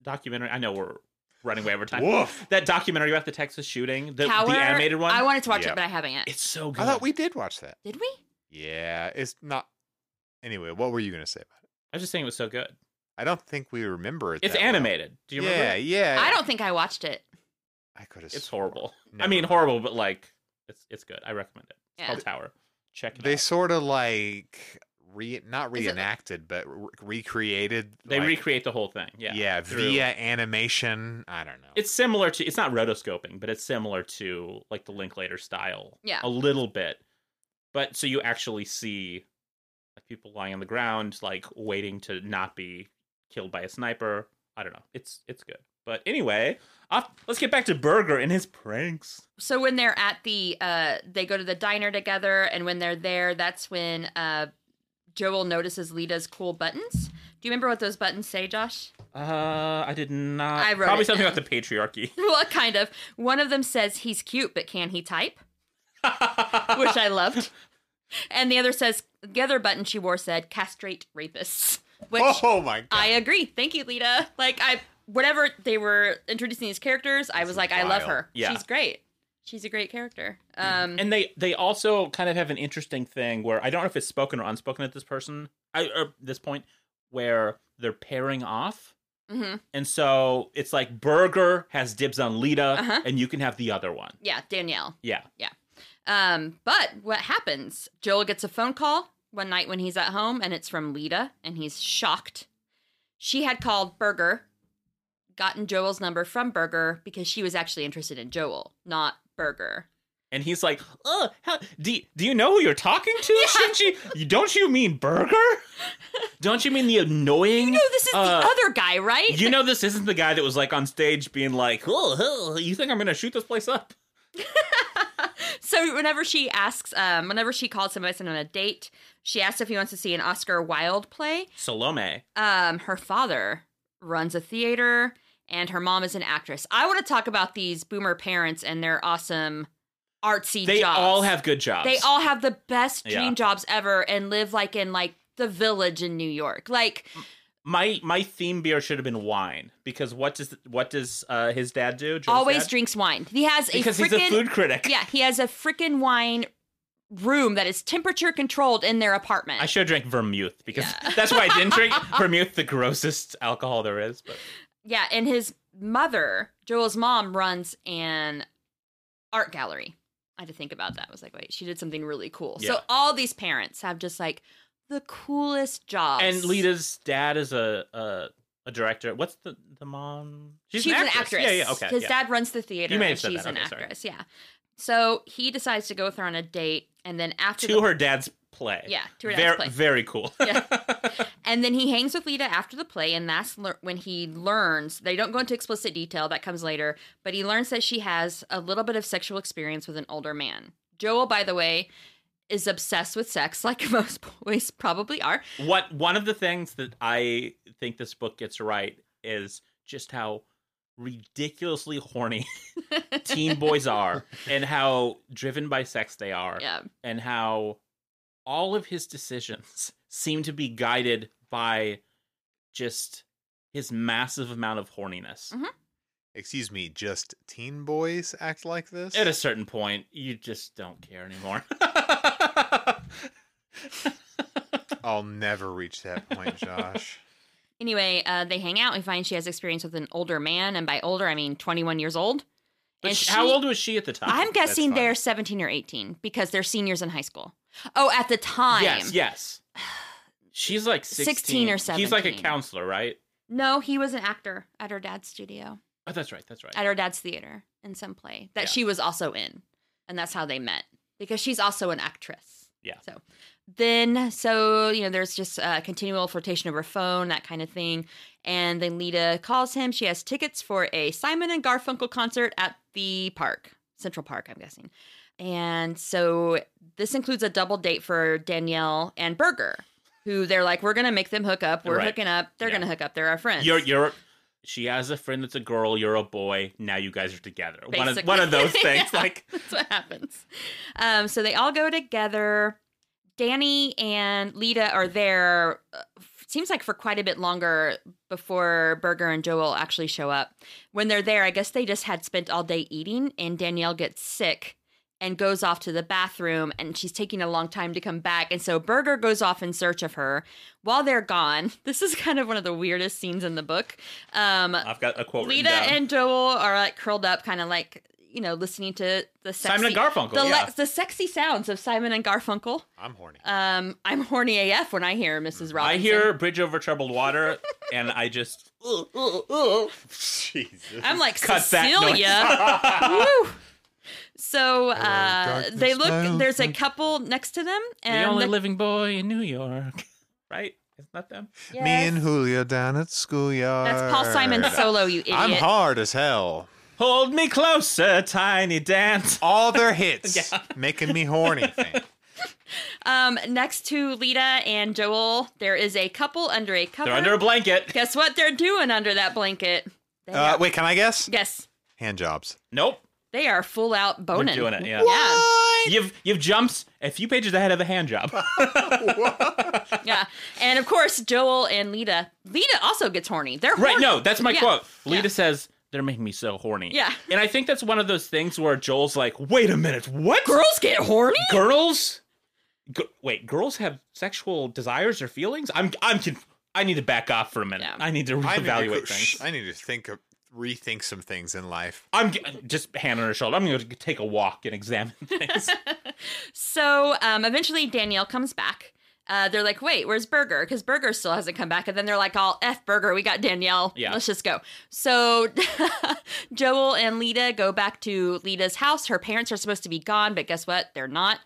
A: documentary? I know we're running way over time.
C: Woof.
A: That documentary about the Texas shooting, the, the
B: Tower?
A: animated one.
B: I wanted to watch
C: Yeah.
B: it, but I haven't yet.
A: it's so good.
C: I thought we did watch that.
B: Did we?
C: Yeah, it's not. Anyway, what were you going to say about it?
A: I was just saying it was so good.
C: I don't think we remember it.
A: It's
C: that well.
A: animated. Do you remember?
C: yeah,
A: it?
C: yeah.
B: I don't think I watched it.
C: I could have.
A: It's horrible. I
C: Never
A: mean,
C: mind.
A: horrible, but like it's it's good. I recommend it. It's
B: Yeah.
A: called Tower. Check it
C: They
A: out.
C: sort of like re not
B: Is it-
C: reenacted, but re- recreated.
A: They
C: like-
A: recreate the whole thing. Yeah.
C: Yeah,
A: through-
C: via animation. I don't know.
A: It's similar to it's not rotoscoping, but it's similar to like the Linklater style.
B: Yeah.
A: A little bit. But so you actually see like people lying on the ground, like waiting to not be killed by a sniper. I don't know. It's it's good. But anyway, off, let's get back to Burger and his pranks.
B: So when they're at the, uh, they go to the diner together, and when they're there, that's when uh, Joel notices Lita's cool buttons. Do you remember what those buttons say, Josh?
A: Uh, I did not.
B: I wrote
A: probably
B: it
A: something
B: down.
A: about the patriarchy. *laughs*
B: *laughs* well, kind of. One of them says he's cute, but can he type? Which I loved. And the other says the other button she wore said castrate rapists, which
C: oh my god!
B: I agree. Thank you, Lita. Like I whatever they were introducing these characters, I
C: This
B: was
C: is
B: like, I love
C: wild.
B: her.
A: Yeah. Mm-hmm.
B: She's great. She's a great character. Um
A: and they they also kind of have an interesting thing where I don't know if it's spoken or unspoken at this person I, or this point where they're pairing off,
B: mhm.
A: and so it's like Burger has dibs on Lita,
B: Uh-huh.
A: and you can have the other one.
B: yeah, Danielle.
A: Yeah,
B: Um, but what happens? Joel gets a phone call one night when he's at home, and it's from Lita, and he's shocked. She had called Berger, gotten Joel's number from Berger because she was actually interested in Joel, not Berger.
A: and he's like, "Uh, how, do do you know who you're talking
B: *laughs*
A: to? Shouldn't you? you- Don't you mean Burger? don't you mean the annoying?"
B: No, this is
A: Uh,
B: the other guy, right?
A: You know this isn't the guy that was like on stage being like, "Oh, oh you think I'm gonna shoot this place up?"
B: so whenever she asks, um, whenever she calls somebody on a date, she asks if he wants to see an Oscar Wilde play.
A: Salome.
B: um, her father runs a theater and her mom is an actress. I want to talk about these boomer parents and their awesome artsy
A: They
B: jobs.
A: all have good jobs.
B: they all have the best dream
A: Yeah.
B: jobs ever and live like in like the village in New York. Like
A: My my theme beer should have been wine because what does what does uh, his dad do? Joel's
B: always
A: dad?
B: drinks wine. He has a
A: because he's
B: freaking
A: a food critic.
B: yeah, he has a freaking wine room that is temperature controlled in their apartment.
A: I should have drank vermouth because *laughs* that's why I didn't
B: *laughs*
A: drink vermouth, the grossest alcohol there is. But
B: yeah, and his mother, Joel's mom, runs an art gallery. I had to think about that. I was like, wait, she did something really cool. So
A: Yeah.
B: all these parents have just like the coolest jobs.
A: and Lita's dad is a a, a director. What's the the mom?
B: she's, an, actress.
A: Yeah, yeah, okay.
B: His
A: yeah.
B: dad runs the theater.
A: You may have
B: and
A: said
B: she's
A: that.
B: an
A: Okay, sorry.
B: actress. Yeah. So he decides to go with her on a date, and then after
A: to
B: the,
A: her dad's play.
B: yeah, to her
A: very,
B: dad's play.
A: Very cool.
B: Yeah. And then he hangs with Lita after the play, and that's lear- when he learns. They don't go into explicit detail, that comes later, but he learns that she has a little bit of sexual experience with an older man. Joel, by the way, is obsessed with sex, *laughs* like most boys probably are.
A: what one of the things that I think this book gets right is just how ridiculously
B: *laughs*
A: horny teen boys are and how driven by sex they are
B: Yeah.
A: and how all of his decisions *laughs* seem to be guided by just his massive amount of horniness.
B: Mhm.
C: Excuse me, just teen boys act like this.
A: At a certain point, you just don't care anymore. *laughs*
C: I'll never reach
A: *laughs*
C: that point, Josh.
B: Anyway, uh, they hang out. We find she has experience with an older man, and by older, I mean 21 years old.
A: but
B: And
A: sh- how
B: she-
A: old was she at the time?
B: I'm guessing
C: fine.
B: they're 17 or 18 because they're seniors in high school. Oh, at the time.
A: Yes, yes. She's
B: *sighs*
A: like 16.
B: 16 or
A: He's like a
B: 17.
A: counselor, right?
B: No, he was an actor at her dad's studio.
A: Oh, that's right. That's right.
B: at her dad's theater in some play that
A: Yeah.
B: she was also in. And that's how they met because she's also an actress.
A: Yeah.
B: So then, so, you know, there's just uh, continual flirtation over phone, that kind of thing. And then Lita calls him. She has tickets for a Simon and Garfunkel concert at the park, Central Park, I'm guessing. And so this includes a double date for Danielle and Berger, who they're like, we're going to make them hook up. We're
A: Right.
B: hooking up. They're
A: Yeah.
B: going to hook up. They're our friends.
A: You're you're she has a friend that's a girl, you're a boy, now you guys are together. One of
B: Basically. *laughs*
A: one of those things.
B: Yeah.
A: Like
B: That's what happens. Um, so they all go together. Danny and Lita are there. uh, f- Seems like for quite a bit longer before Berger and Joel actually show up. When they're there, I guess they just had spent all day eating, and Danielle gets sick and goes off to the bathroom, and she's taking a long time to come back. And so Berger goes off in search of her. While they're gone, *laughs* this is kind of one of the weirdest scenes in the book. Um,
A: I've got a quote. written
B: Lita
A: down.
B: and Joel are like curled up, kind of like you know, listening to the sexy,
A: Simon and Garfunkel.
B: the, le-
A: yeah.
B: the sexy sounds of Simon and Garfunkel.
A: *laughs*
C: I'm horny.
B: Um, I'm horny AF when I hear Mrs. Robinson.
A: I hear Bridge Over Troubled Water *laughs* and I just
B: *laughs*
A: ugh, ugh, ugh,
C: *laughs* Jesus.
B: I'm like
A: cut
B: Cecilia.
A: that noise.
B: Woo. So uh,
C: darkness,
B: they
C: my
B: look.
C: old
B: There's a
C: friend.
B: couple next to them,
A: *laughs* the
B: and
A: only
B: the-
A: living boy in New York. *laughs* Right? Isn't that them?
B: Yes.
C: Me and Julio down at schoolyard.
B: that's Paul Simon solo. You idiot.
C: I'm hard as hell.
A: Hold me closer, tiny dance.
C: All
A: *laughs*
C: their hits making me horny. Thing.
B: um, next to Lita and Joel, there is a couple under a cover.
A: They're under a blanket.
B: Guess what they're doing under that blanket? They
C: Uh,
B: are-
C: wait, can I guess?
B: Yes,
C: Hand jobs.
A: Nope.
B: they are full out boning.
A: They're doing it, yeah.
B: Yeah.
C: What?
A: You've you've jumped a few pages ahead of the hand job.
B: yeah. And of course, Joel and Lita. Lita also gets horny. They're horny.
A: Right, no, that's my
B: Yeah.
A: quote. Lita
B: Yeah.
A: says, They're making me so horny.
B: Yeah.
A: And I think that's one of those things where Joel's like, Wait a minute, what?
B: Girls get horny?
A: girls? G- wait, girls have sexual desires or feelings? I'm, I'm, conf- I need to back off for a minute.
B: Yeah.
A: I need to
C: I need to
A: reevaluate
C: go-
A: things.
C: shh, I need to think of, rethink some things in life.
A: I'm g- just hand on her shoulder. I'm going to take a walk and
B: *laughs*
A: examine things.
B: So um, eventually Danielle comes back. Uh, they're like, wait, where's Burger? Because Burger still hasn't come back. And then they're like, all F Burger, we got Danielle.
A: Yeah.
B: Let's just go. So *laughs* Joel and Lita go back to Lita's house. Her parents are supposed to be gone, but guess what? They're not.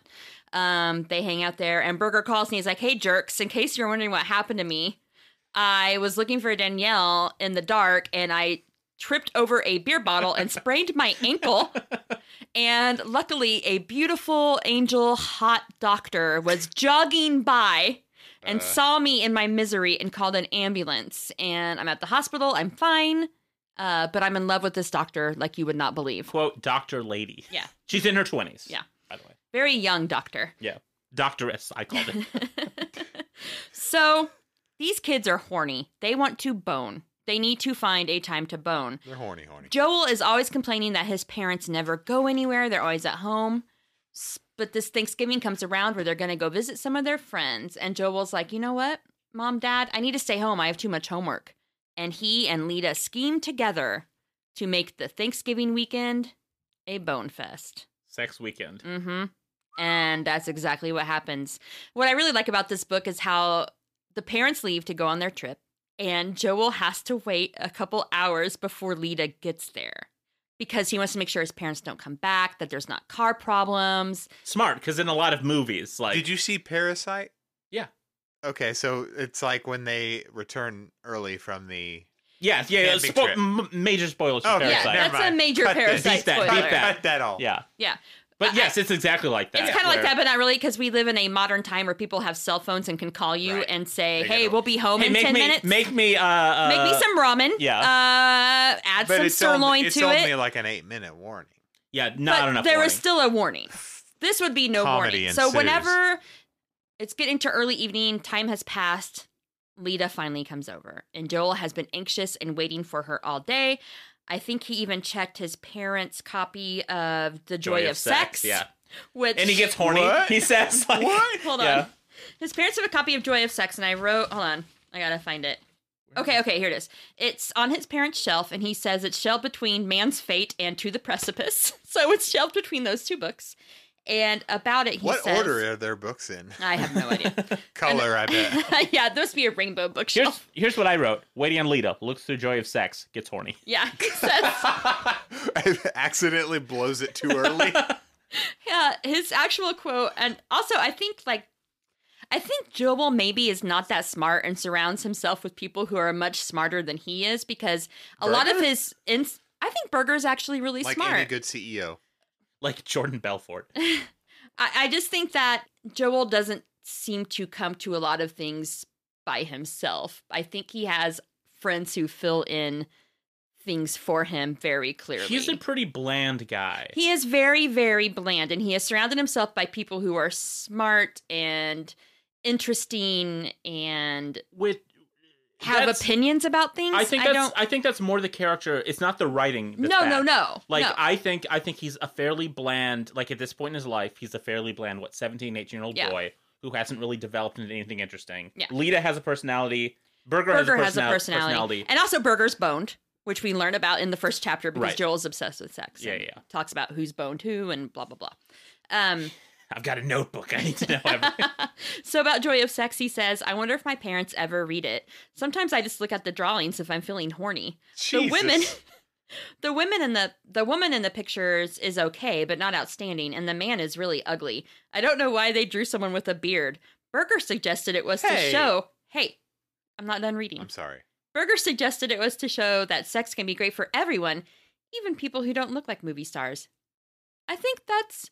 B: Um, they hang out there, and Burger calls and he's like, hey, jerks, in case you're wondering what happened to me, I was looking for Danielle in the dark and I tripped over a beer bottle and sprained my ankle. And luckily, a beautiful angel hot doctor was jogging by and
C: Uh.
B: saw me in my misery and called an ambulance. And I'm at the hospital. I'm fine, uh, but I'm in love with this doctor like you would not believe.
A: Quote, Dr. Lady.
B: Yeah.
A: She's in her 20s.
B: Yeah.
A: By the way.
B: Very young doctor.
A: Yeah. Doctoress, I called
B: *laughs*
A: it.
B: So these kids are horny. They want to bone. They need to find a time to bone.
C: They're horny, horny.
B: Joel is always complaining that his parents never go anywhere. They're always at home. S- But this Thanksgiving comes around where they're going to go visit some of their friends. And Joel's like, you know what, mom, dad, I need to stay home. I have too much homework. And he and Lita scheme together to make the Thanksgiving weekend a bone fest.
A: Sex weekend.
B: Mm-hmm. And that's exactly what happens. What I really like about this book is how the parents leave to go on their trip, and Joel has to wait a couple hours before Lita gets there because he wants to make sure his parents don't come back, that there's not car problems.
A: Smart, because in a lot of movies, like.
C: Did you see Parasite?
A: Yeah.
C: Okay, so it's like when they return early from the.
A: Yeah, yeah, yeah.
C: Camping
A: Spo-
C: trip.
A: m- major spoilers for
C: Oh, yeah,
A: Parasite.
B: Yeah,
C: never
B: that's a
C: mind.
B: major
C: Cut this.
B: parasite
A: Beat that,
B: spoiler.
A: beat that.
C: Cut that all.
A: Yeah.
B: Yeah.
A: But
B: I-
A: yes, it's exactly like that.
B: It's kind of like
A: where-
B: that, but not really, because we live in a modern time where people have cell phones and can call you
C: Right.
B: and say,
C: They
B: "Hey,
C: gotta-
B: we'll be home
A: Hey,
B: in
A: make
B: ten
A: me,
B: minutes.
A: make me, uh, uh,
B: Make me some ramen.
A: yeah.
B: uh, add
C: But
B: some
C: it's
B: sirloin
C: only, it's
B: to it.
C: only like an eight minute warning.
A: yeah, not
B: but
A: enough.
B: there
A: warning.
B: was still a warning. This would be no
C: Comedy
B: warning. So
C: ensues.
B: whenever it's getting to early evening, time has passed. Lita finally comes over, and Joel has been anxious and waiting for her all day. I think he even checked his parents' copy of The Joy, of, Sex.
A: Yeah,
B: which
A: and he gets horny.
C: What?
A: He says, *laughs* like,
C: What?
B: Hold on.
A: Yeah.
B: His parents have a copy of Joy of Sex, and I wrote. Hold on, I gotta find it. Okay, okay, here it is. It's on his parents' shelf, and he says it's shelved between Man's Fate and To the Precipice. *laughs* So it's shelved between those two books. And about it, he
C: what
B: says,
C: order are their books in?
B: I have no idea.
C: *laughs* Color, I
B: *laughs*
C: bet. *laughs*
B: yeah, there must be a rainbow bookshelf.
A: Here's here's what I wrote. Waiting on Lita looks through Joy of Sex, gets horny.
B: *laughs*
A: *laughs*
B: Yeah, he says.
C: accidentally blows it too early.
B: Yeah, his actual quote, and also I think like, I think Joel maybe is not that smart and surrounds himself with people who are much smarter than he is because a lot of
C: Berger?
B: his ins. I think Berger's actually really
C: like
B: smart.
C: any good E CEO.
A: Like Jordan
B: *laughs*
A: Belfort.
B: I, I just think that Joel doesn't seem to come to a lot of things by himself. I think he has friends who fill in things for him very clearly.
A: He's a pretty bland guy.
B: He is very, very bland, and he has surrounded himself by people who are smart and interesting and
A: With
B: have
A: that's-
B: opinions about things.
A: I think
B: I
A: that's
B: don't.
A: I, think that's more the character. It's not the writing. that's
B: No,
A: bad.
B: no, no.
A: Like
B: no.
A: I think I think he's a fairly bland like at this point in his life, he's a fairly bland what 17, 18 year old
B: Yeah.
A: boy who hasn't really developed into anything interesting.
B: Yeah.
A: Lita has a personality. Burger,
B: Burger
A: has, a personal-
B: personality. and also Burger's boned, which we learn about in the first chapter because
A: Right.
B: Joel's obsessed with sex.
A: Yeah,
B: and
A: yeah.
B: Talks about who's boned who and blah blah blah. Um,
A: I've got a notebook. I need to know
B: *laughs*
A: everything.
B: so about Joy of Sex, he says, "I wonder if my parents ever read it. Sometimes I just look at the drawings if I'm feeling horny." the women
C: Jesus.
B: *laughs* the women in the the woman in the pictures is okay but not outstanding and the man is really ugly i don't know why they drew someone with a beard berger suggested it was
A: Hey.
B: to show hey i'm not done reading
C: I'm sorry.
B: berger suggested it was to show that sex can be great for everyone even people who don't look like movie stars i think that's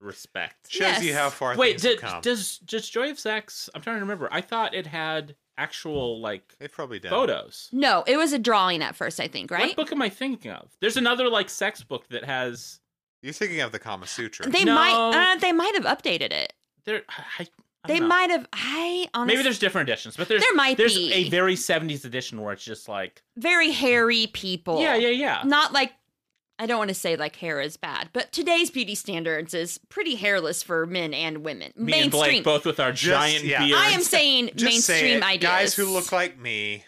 A: Respect.
C: Shows you
B: Yes.
C: how far
A: Wait,
C: things
A: d-
C: have come.
A: does does Joy of Sex? I'm trying to remember. I thought it had actual like
C: They've probably done.
A: photos.
B: no it was a drawing at first i think right
A: What book am I thinking of? There's another like sex book that has
C: You're thinking of the Kama Sutra.
B: They
A: No.
B: might. Uh, they might have updated it.
A: There, I, I don't
B: They
A: know.
B: might have. I honestly
A: Maybe there's different editions, but there's
B: There might
A: there's
B: be.
A: a very 70s edition where it's just like
B: very hairy people.
A: yeah, yeah, yeah.
C: Uh,
B: Not like I don't want to say like hair is bad, but today's beauty standards is pretty hairless for men and women.
A: Me and
B: mainstream.
A: Blake both with our giant
C: yeah.
A: beards.
C: *laughs*
B: I am saying mainstream
C: Just say it.
B: ideas.
C: Guys who look like me,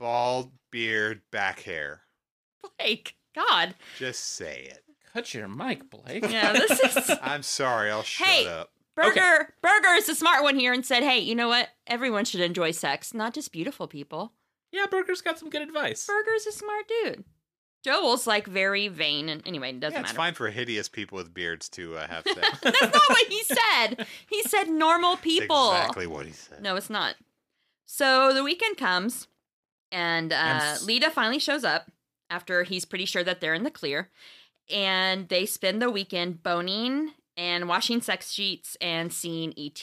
C: bald beard, back hair.
B: *laughs* like God.
C: Just say it.
A: Cut your mic, Blake.
B: Yeah, this is
C: I'm sorry. I'll shut
B: Hey.
C: up.
B: Burger. Burger is the smart one here and said, "Hey, you know what? Everyone should enjoy sex, not just beautiful people."
A: *laughs* Yeah, Burger's got some good advice.
B: Burger's a smart dude. Joel's like very vain, and anyway, it doesn't
C: Yeah, it's
B: matter.
C: fine for hideous people with beards to uh,
B: *laughs*
C: have sex.
B: That's not what
C: *laughs*
B: he said. He said normal people.
C: Exactly what
B: *laughs*
C: he said.
B: No, it's not. So the weekend comes, and uh,
A: s-
B: Lita finally shows up after he's pretty sure that they're in the clear. And they spend the weekend boning and washing sex sheets and seeing E ET.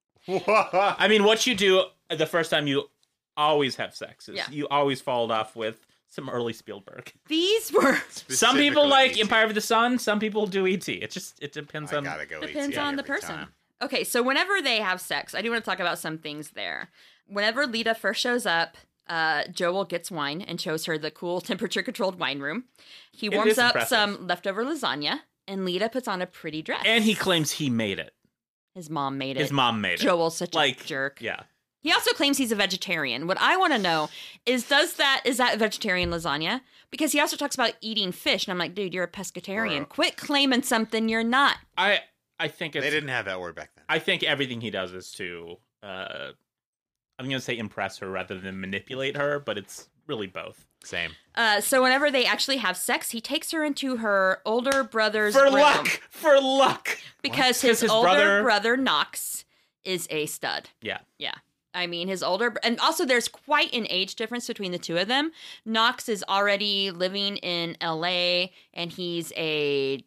C: *laughs*
A: I mean, what you do the first time you always have sex is
B: Yeah.
A: you always follow it off with some early Spielberg.
B: *laughs* These were
A: Some people like
C: Specifically
A: Empire of the Sun, some people do ET. It just it depends
C: E I
A: on
C: gotta
B: *laughs*
C: go
B: depends
C: ET
B: on the
C: every
B: person.
C: time.
B: Okay, so whenever they have sex, I do want to talk about some things there. Whenever Lita first shows up, uh, Joel gets wine and shows her the cool *laughs* temperature controlled wine room. He
A: It
B: warms
A: is
B: up
A: impressive.
B: some leftover lasagna, and Lita puts on a pretty dress.
A: and he claims he made it.
B: his mom made it.
A: His mom made it.
B: Joel's such
A: Like
B: a jerk.
A: Yeah.
B: He also claims he's a vegetarian. What I want to know is does that is that vegetarian lasagna? Because he also talks about eating fish, and I'm like, dude, you're a pescatarian.
C: Bro.
B: Quit claiming something you're not.
A: I I think it's
C: They didn't have that word back then.
A: I think everything he does is to uh I'm going to say impress her rather than manipulate her, but it's really both.
C: Same.
B: Uh, so whenever they actually have sex, he takes her into her older brother's
A: For
B: room
A: luck, for luck.
B: because
A: 'Cause
B: his,
A: his
B: older
A: brother-
B: brother... Knox is a stud.
A: Yeah.
B: Yeah. I mean, his older, br- and also there's quite an age difference between the two of them. Knox is already living in LA, and he's a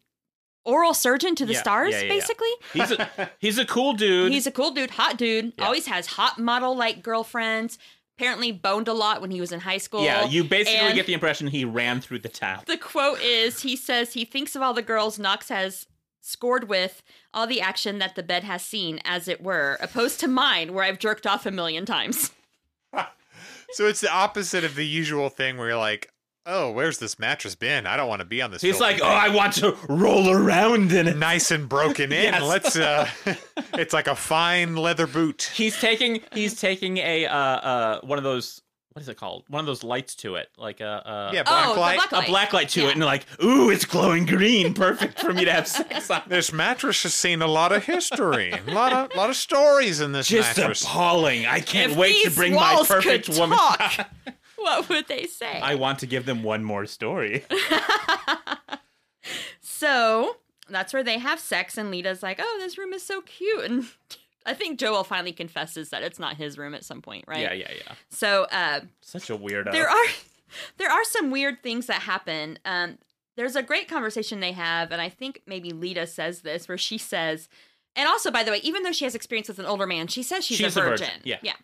B: oral surgeon to the
A: Yeah,
B: stars,
A: yeah, yeah, yeah.
B: basically.
A: He's a, he's a cool dude.
B: He's a cool dude, hot dude.
A: Yeah.
B: Always has hot model like girlfriends. Apparently boned a lot when he was in high school.
A: yeah, you basically
B: and-
A: get the impression he ran through the town.
B: the quote is he says he thinks of all the girls Knox has scored with all the action that the bed has seen, as it were, opposed to mine, where I've jerked off a million times.
C: So it's the opposite of the usual thing where you're like, oh, where's this mattress been? I don't want to be on this.
A: He's
C: filthy
A: like, oh,
C: thing."
A: I want to roll around in it.
C: nice and broken in.
A: *laughs* Yes.
C: Let's. uh It's like a fine leather boot.
A: He's taking he's taking a uh uh one of those what is it called? One of those lights to it, like a uh,
C: Yeah,
B: oh,
C: black light.
B: the black
A: a
B: light.
A: black light to
B: Yeah.
A: it, and like, ooh, it's glowing green, perfect for me to
B: *laughs*
A: have sex on.
C: This mattress has seen a lot of history, a lot of lot of stories in this
A: Just
C: mattress.
A: appalling. I can't
B: If
A: wait to
B: these
A: bring my
B: walls could
A: perfect woman. *laughs*
B: talk, what would they say?
A: I want to give them one more
B: *laughs*
A: story.
B: so that's where they have sex, and Lita's like, "Oh, this room is so cute," and *laughs* I think Joel finally confesses that it's not his room at some point, right?
A: Yeah, yeah, yeah.
B: So uh,
A: Such a weirdo.
B: there are *laughs* there are some weird things that happen. Um, there's a great conversation they have, and I think maybe Lita says this, where she says, and also by the way, even though she has experience with an older man, she says she's,
A: She's a
B: a,
A: virgin,
B: virgin.
A: yeah.
B: yeah.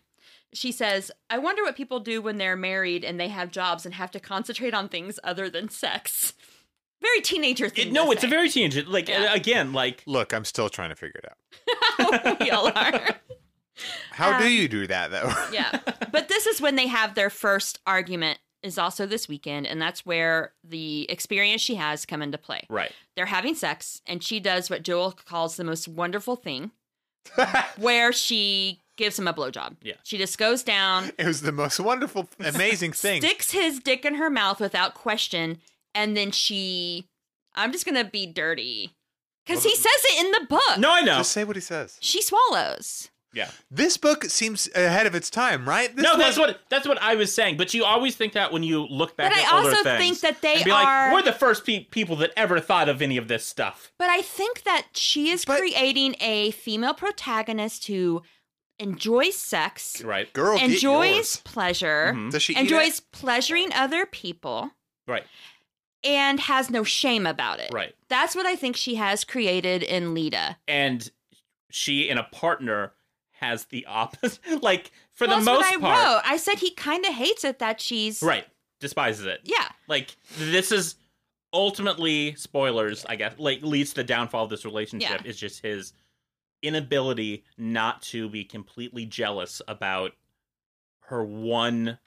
B: She says, "I wonder what people do when they're married and they have jobs and have to concentrate on things other than sex." Very teenager thing.
A: It-
B: to
A: no, it's
B: say.
A: a very tangent. Like
B: Yeah.
A: uh, again, like
C: Look, I'm still trying to figure it
A: *laughs*
B: *laughs*
C: out.
B: we all are.
C: How do
B: Um,
C: you do that though?
B: yeah. But this is when they have their first argument. Is also this weekend, and that's where the experience she has come into play.
A: right.
B: they're having sex and she does what Joel calls the most wonderful
C: *laughs*
B: thing where she gives him a blowjob.
A: Yeah.
B: She just goes down,
C: *laughs* It was the
B: *laughs*
C: most wonderful, amazing thing.
B: sticks his dick in her mouth without question, and then she I'm just going to be dirty cuz he says it in the book.
A: No, I know.
C: Just say what he says.
B: She swallows.
A: yeah.
C: This book seems ahead of its time, right? This
A: no, that's
C: was-
A: what that's what I was saying. But you always think that when you look back.
B: But
A: at
B: I
A: older
B: also
A: things
B: think that they
A: and be
B: are-
A: Like, We're the first pe- people that ever thought of any of this stuff.
B: But I think that she is
C: But-
B: creating a female protagonist who enjoys sex,
A: Right.
C: Girl get
B: enjoys
C: yours.
B: pleasure,
A: Mhm.
C: Does she eat
B: enjoys pleasuring other people.
A: Right.
B: and has no shame about it.
A: Right.
B: That's what I think she has created in Lita.
A: And she and a partner has the opposite. *laughs* like for
B: That's
A: the most
B: what I
A: part,
B: wrote. I said he kind of hates it that she's
A: right? Despises it.
B: Yeah,
A: Like this is ultimately, spoilers, I guess, like leads to the downfall of this relationship is just his inability not to be completely jealous about her one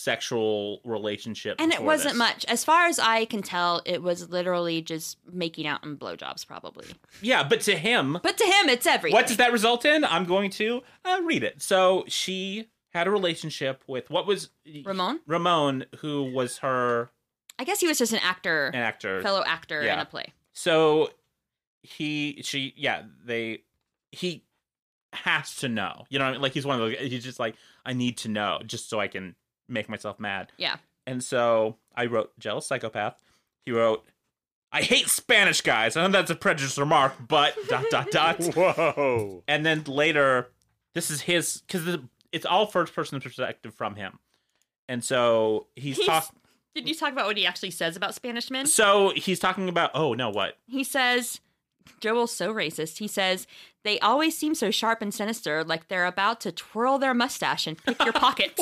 A: sexual relationship.
B: And it
A: before
B: wasn't
A: this.
B: much. As far as I can tell, it was literally just making out and blowjobs, probably.
A: Yeah, but to him,
B: But to him, it's everything.
A: What does that result in? I'm going to uh, read it. So she had a relationship with what was
B: Ramon?
A: Ramon, who was her
B: I guess he was just an actor,
A: an actor.
B: fellow actor in
A: Yeah.
B: a play.
A: So he, she, yeah, they, he has to know. You know, what I mean? like he's one of those. He's just like, I need to know, just so I can make myself mad.
B: Yeah.
A: And so I wrote jealous psychopath. He wrote, I hate Spanish guys. I know that's a prejudiced remark, but *laughs* dot dot dot.
C: Whoa.
A: and then later this is his because it's all first person perspective from him and so he's,
B: He's-
A: talk
B: Did you talk about what he actually says about Spanish men?
A: so he's talking about oh no what
B: He says, Joel's so racist. He says, they always seem so sharp and sinister, like they're about to twirl their mustache and pick
A: *laughs*
B: your pocket.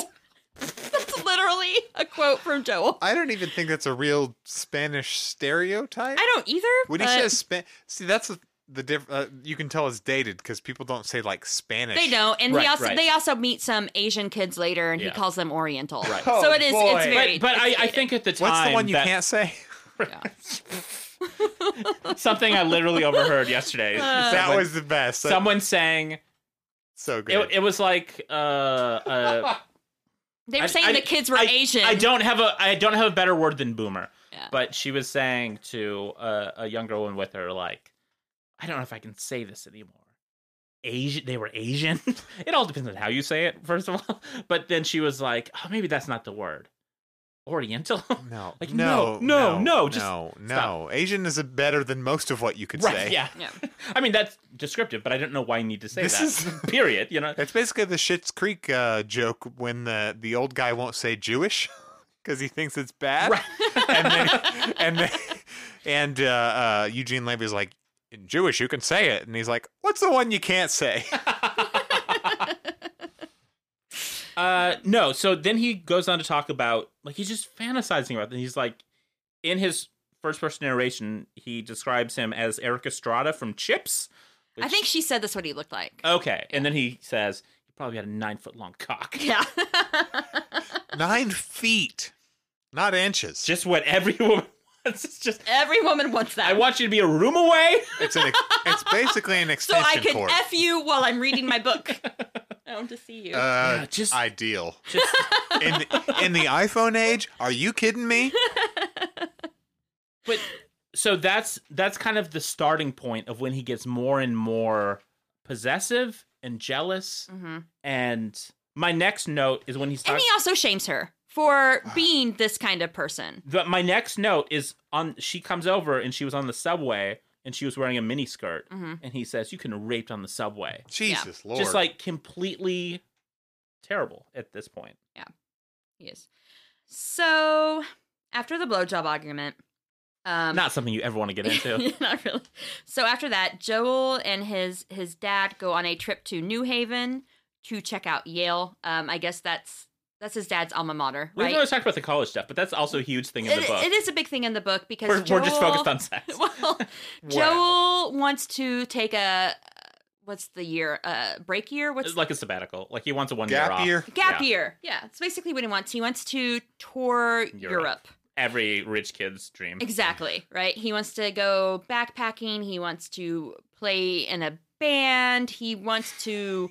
B: That's literally a quote from Joel.
C: I don't even think that's a real Spanish stereotype.
B: I don't either.
C: When he
B: but
C: says Span, see that's the- the diff. Uh, you can tell it's dated because people don't say like Spanish.
B: they don't, and
A: Right,
B: he also
A: right.
B: they also meet some Asian kids later, and he
A: Yeah.
B: calls them Oriental.
A: Right.
B: So
C: Oh,
B: it is.
C: boy.
B: It's very.
A: but, but
B: it's
A: I, I
B: dated.
A: think at the time
C: What's the one you
A: that-
C: can't say?
B: Yeah.
A: something i literally overheard yesterday
C: that
A: Someone-
C: was the best. That-
A: someone sang
C: so
A: it,
C: good.
A: it was like uh, uh
B: They
A: I-
B: were saying
A: I-
B: the kids were
A: I-
B: Asian.
A: i don't have a i don't have a better word than boomer
B: Yeah.
A: but she was saying to a, a young girl with her like i don't know if i can say this anymore asian they were asian *laughs* it all depends on how you say it first of all *laughs* but then she was like oh maybe that's not the word oriental *laughs*
C: no,
A: like,
C: no,
A: no, no,
C: no,
A: no, just
C: no, no. Asian is better than most of what you could say.
A: yeah
B: Yeah.
A: i mean that's descriptive but i don't know why you need to say
C: This
A: that
C: is-
A: *laughs* period you
C: *laughs*
A: know
C: It's basically the Schitt's Creek uh, joke when the the old guy won't say Jewish *laughs* because he thinks it's
A: *laughs*
C: bad,
A: Right.
C: and
A: *laughs*
C: then, and then, and uh, uh, Eugene Levy's like. In Jewish, you can say it, and he's like, "What's the one you
A: *laughs*
C: can't say?"
A: *laughs* Uh, no. So then he goes on to talk about like he's just fantasizing about. And he's like, in his first person narration, he describes him as Eric Estrada from Chips.
B: I think she said that's what he looked like.
A: Okay, and then he says he probably had a nine foot long cock.
B: *laughs* yeah. *laughs*
C: Nine feet, not inches.
A: Just what every *laughs* woman wants. It's just
B: Every woman wants that.
A: I want you to be a room
B: *laughs*
A: away.
C: It's an. ex- It's
A: *laughs*
C: basically an
B: so
C: extension
B: I can
C: cord.
B: F you while I'm reading my book. I want to see you.
C: uh,
A: Yeah, just-
C: ideal.
A: Just
C: In in the iPhone age, are you kidding me?
A: but so that's that's kind of the starting point of when he gets more and more possessive and jealous.
B: hmm
A: And my next note is when he's
B: And
A: talking.
B: he also shames her
A: *sighs*
B: for being this kind of person.
A: the, my next note is on she comes over and she was on the subway and she was wearing a mini skirt
B: hmm
A: and he says you can raped on the subway
C: Jesus Lord!
A: just like completely terrible at this point
B: Yes. So after the blowjob argument, um,
A: not something you ever want to get
B: *laughs*
A: into
B: not really. So after that, Joel and his his dad go on a trip to New Haven to check out Yale. Um, I guess that's that's his dad's alma mater,
A: we've
B: right?
A: always talked about the college stuff but that's also a huge thing in the
B: It-
A: book
B: it is a big thing in the book because
A: we're, we're just
B: Joel-
A: focused on sex
B: *laughs*
A: *laughs*
B: well, Joel wants to take a what's the year? Uh, break year? What's
A: it's like a sabbatical like he wants a one year
C: gap
A: off
C: year.
B: gap
A: yeah.
B: year? Yeah, it's basically what he wants. He wants to tour Europe.
C: Mm-hmm.
A: every rich kid's dream *laughs*
B: Exactly, *laughs* right? He wants to go backpacking. He wants to play in a band. He wants to,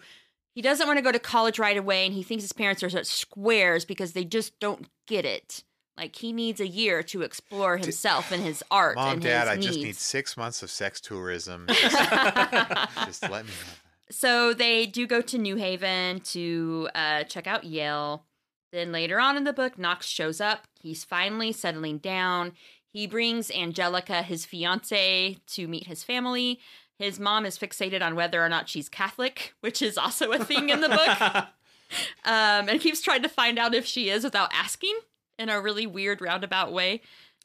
B: he doesn't want to go to college right away. And he thinks his parents are such squares because they just don't get it. Like he needs a year to explore himself and his art.
C: Mom,
B: and his
C: Dad, I just need
B: needs.
C: six months of sex tourism. *laughs*
B: *laughs*
C: just let me. Have it.
B: so they do go to New Haven to uh, check out Yale. Then later on in the book, Knox shows up. He's finally settling down. He brings Angelica, his fiance, to meet his family. His mom is fixated on whether or not she's Catholic, which is also a
A: *laughs*
B: thing in the book, um, and keeps trying to find out if she is without asking in a really weird roundabout way.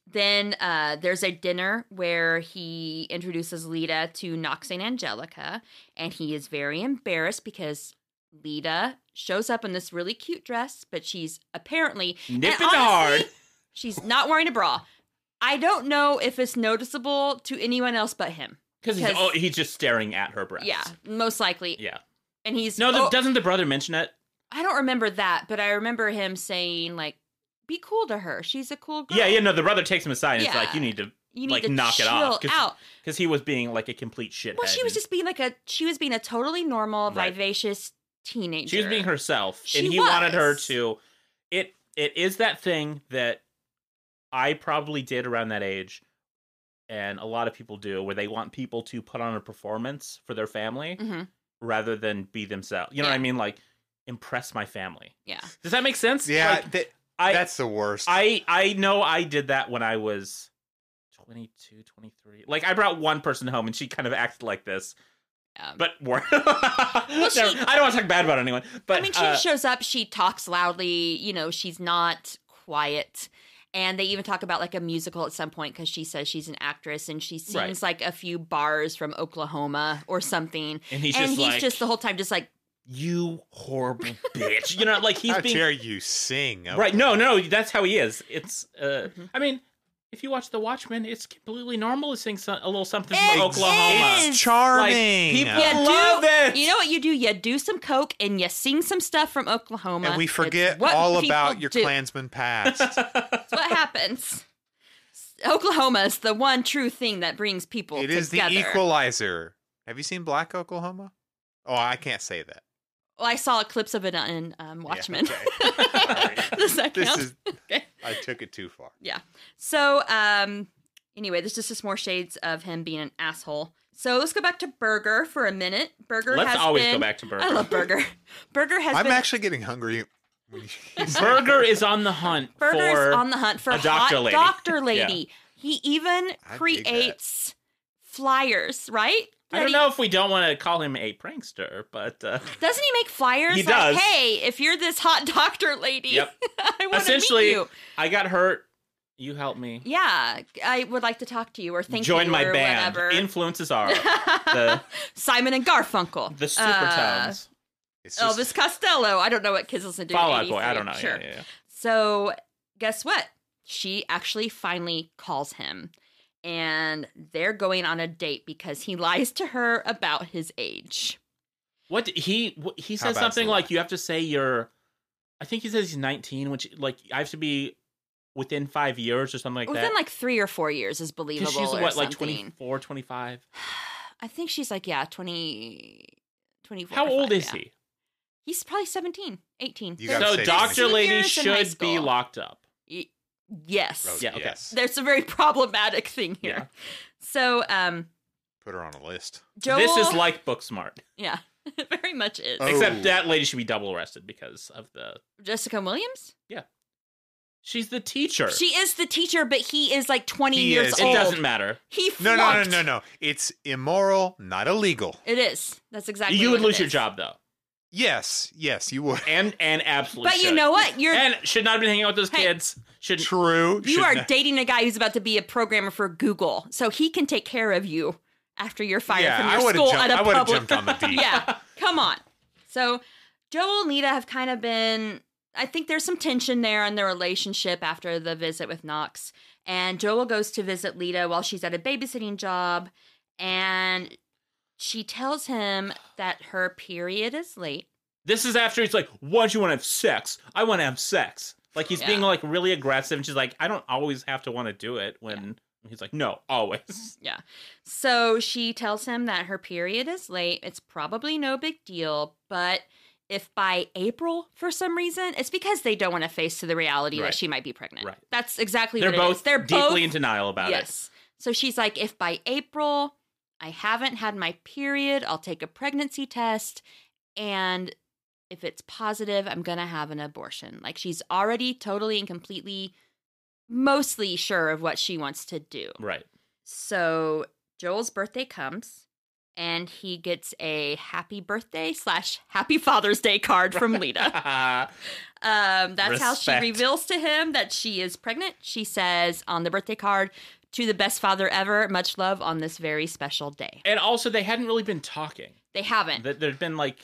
B: Then uh, there's a dinner where he introduces Lita to Knox and Angelica, and he is very embarrassed because Lita shows up in this really cute dress, but she's apparently
A: nipped
B: And
A: it hard
B: honestly, She's not wearing a bra. I don't know if it's noticeable to anyone else but him.
A: because he's,
B: 'Cause-
A: oh, he's just staring at her breasts.
B: Yeah, most likely.
A: yeah.
B: And he's
A: No, the,
B: oh,
A: doesn't the brother mention it?
B: I don't remember that, but I remember him saying like, "Be cool to her. She's a cool girl.
A: Yeah, yeah. No, the brother takes him aside and it's
B: Yeah.
A: like, you need to,
B: You need
A: like,
B: to
A: knock it
B: chill
A: off, 'cause-
B: out."
A: because he was being like a complete shithead.
B: Well, she was
A: and
B: just being like a she was being a totally normal,
A: Right.
B: vivacious teenager.
A: she was being herself,
B: She
A: and he wanted her
B: was.
A: to. It it is that thing that I probably did around that age, and a lot of people do, where they want people to put on a performance for their family
B: Mhm.
A: rather than be themselves. You know what I
B: Yeah.
A: mean? Like impress my family.
B: Yeah.
A: Does that make sense?
C: Yeah,
A: Like,
C: that,
A: I
C: that's the worst.
A: I I know I did that when I was 22, 23. Like I brought one person home and she kind of acted like this,
B: Um,
A: but *laughs* more. Never-
B: she-
A: I don't want to talk bad about anyone, but
B: I mean, she
A: uh,
B: shows up. She talks loudly. You know, she's not quiet. And they even talk about like a musical at some point because she says she's an actress and she sings
A: Right.
B: like a few bars from Oklahoma or something.
A: and he's
B: and
A: just
B: he's
A: like
B: just the whole time just
A: *laughs*
B: like
A: you
B: *laughs*
A: horrible bitch. You know, like he's
C: How
A: being
C: dare you sing? Oh,
A: right. No, no, that's how he is. It's. uh
B: Mhm.
A: I mean. If you watch The Watchmen, it's completely normal to sing so- a little something
B: It
A: from Oklahoma.
B: is.
C: It's charming.
A: people-
B: "Yeah,
A: love
B: do,
A: it." *laughs*
B: You know what you do? You do some coke and you sing some stuff from Oklahoma.
C: and we
B: It's
C: forget
B: what
C: all
B: people
C: about your
B: do.
C: Klansman past.
A: *laughs*
B: It's what happens. Oklahoma is the one true thing that brings people
C: it is the
B: together.
C: equalizer. Have you seen Black Oklahoma? Oh, I can't say that.
B: Well, I saw clips of it on um,
C: Yeah,
B: Watchmen. *laughs*
C: okay.
B: Does that
C: This
B: count?
C: is.
B: Okay.
C: I took it too far.
B: So, um, anyway, this is just more shades of him being an asshole. So let's go back to Burger for a minute. Burger
A: Let's
B: has
A: always
B: been,
A: go back to Burger.
B: I love Burger. Burger has
C: I'm
B: been.
C: actually getting hungry. when you- *laughs* you said
A: Burger is on the hunt
B: Burger
A: for
B: is on the hunt for
A: a
B: a
A: doctor
B: hot
A: lady. *laughs*
B: doctor lady. He even
C: that.
B: creates flyers, right?
A: I
B: That
A: don't
B: he-
A: know if we don't want to call him a prankster, but uh,
B: Doesn't he make flyers?
A: He
B: like,
A: does.
B: Hey, if you're this hot *laughs* doctor lady,
A: Yep.
B: *laughs* I want to meet
A: Essentially,
B: you.
A: I got hurt. You help me.
B: Yeah, I would like to talk to you or thank
A: Join
B: you
A: my
B: or
A: band.
B: whatever.
A: Influences are
B: *laughs*
A: the
B: Simon and Garfunkel.
A: the
B: Uh,
A: supertones.
C: It's just-
B: Elvis Costello. I don't know what Kids listen to. in
A: Fall Out Boy.
B: 83.
A: I don't know.
B: Sure.
A: Yeah, yeah, yeah.
B: So guess what? She actually finally calls him, and they're going on a date because he *laughs* lies to her about his age.
A: What did he what, he
C: How
A: says
C: bad's
A: something
C: the
A: like
C: lie?
A: you have to say you're. I think he says he's 19, which like I have to be within five years or something like
B: Within
A: that.
B: like three or four years is believable.
A: she's
B: or
A: what like
B: something.
A: 24, 25.
B: I think she's like yeah, 20, 24.
A: How
B: or
A: old
B: five,
A: is
B: yeah.
A: he?
B: He's probably 17, 18.
C: You gotta
A: So
C: say
A: Doctor
C: 16
A: Lady
B: years in high
A: should be
B: school.
A: locked up.
B: Y- Yes.
C: Oh,
A: Yeah, okay.
C: yes.
B: There's a very *laughs* problematic thing here.
A: Yeah.
B: So, um,
C: Put her on a list.
B: Joel.
A: This is like Booksmart,
B: Yeah, *laughs* it very much is.
C: Oh.
A: except that lady should be double arrested because of the
B: Jessica Williams?
A: She's the teacher.
B: She is the teacher, but he is like 20
C: He
B: years
C: is.
A: it
B: old.
A: doesn't matter.
B: He
C: No, no, no,
B: flunked.
C: no, no. It's immoral, not illegal.
B: It is. That's exactly
A: you
B: what
A: would
B: it
A: lose your
B: is.
A: job though,
C: Yes, yes, you would.
A: and and absolutely.
B: But you
A: should.
B: know what? You're
A: and should not have been hanging out with those
B: Hey.
A: kids. Should
C: True.
B: you
C: should
B: are
C: not-
B: dating a guy who's about to be a programmer for Google, so he can take care of you after you're fired
C: yeah,
B: from
C: I
B: your
C: would
B: school
C: have jumped.
B: at
C: I
B: a
C: would have
B: public
C: jumped
B: *laughs*
C: on the deep.
B: yeah, come on. So Joel and Nita have kind of been. I think there's some tension there in their relationship after the visit with Knox. And Joel goes to visit Lita while she's at a babysitting job. And she tells him that her period is late.
A: this is after he's like, "Why do you want to have sex? I want to have sex." Like he's
B: Yeah.
A: being like really aggressive, and she's like, "I don't always have to want to do it." When and he's like, "No, always."
B: So she tells him that her period is late. It's probably no big deal, but if by April for some reason, it's because they don't want to face to the reality
A: Right.
B: that she might be pregnant.
A: Right.
B: That's exactly
A: They're
B: what it is.
A: both
B: They're
A: deeply
B: both
A: in denial about it.
B: yes. So she's like, if by April I haven't had my period, I'll take a pregnancy test. And if it's positive, I'm going to have an abortion. Like she's already totally and completely, mostly sure of what she wants to do.
A: Right. *laughs*
B: So Joel's birthday comes and he gets a happy birthday slash happy Father's Day card from Lita. Um, that's how she
A: Respect.
B: reveals to him that she is pregnant. She says on the birthday card, "To the best father ever, much love on this very special day."
A: and also, they hadn't really been talking.
B: They haven't.
A: That there'd been like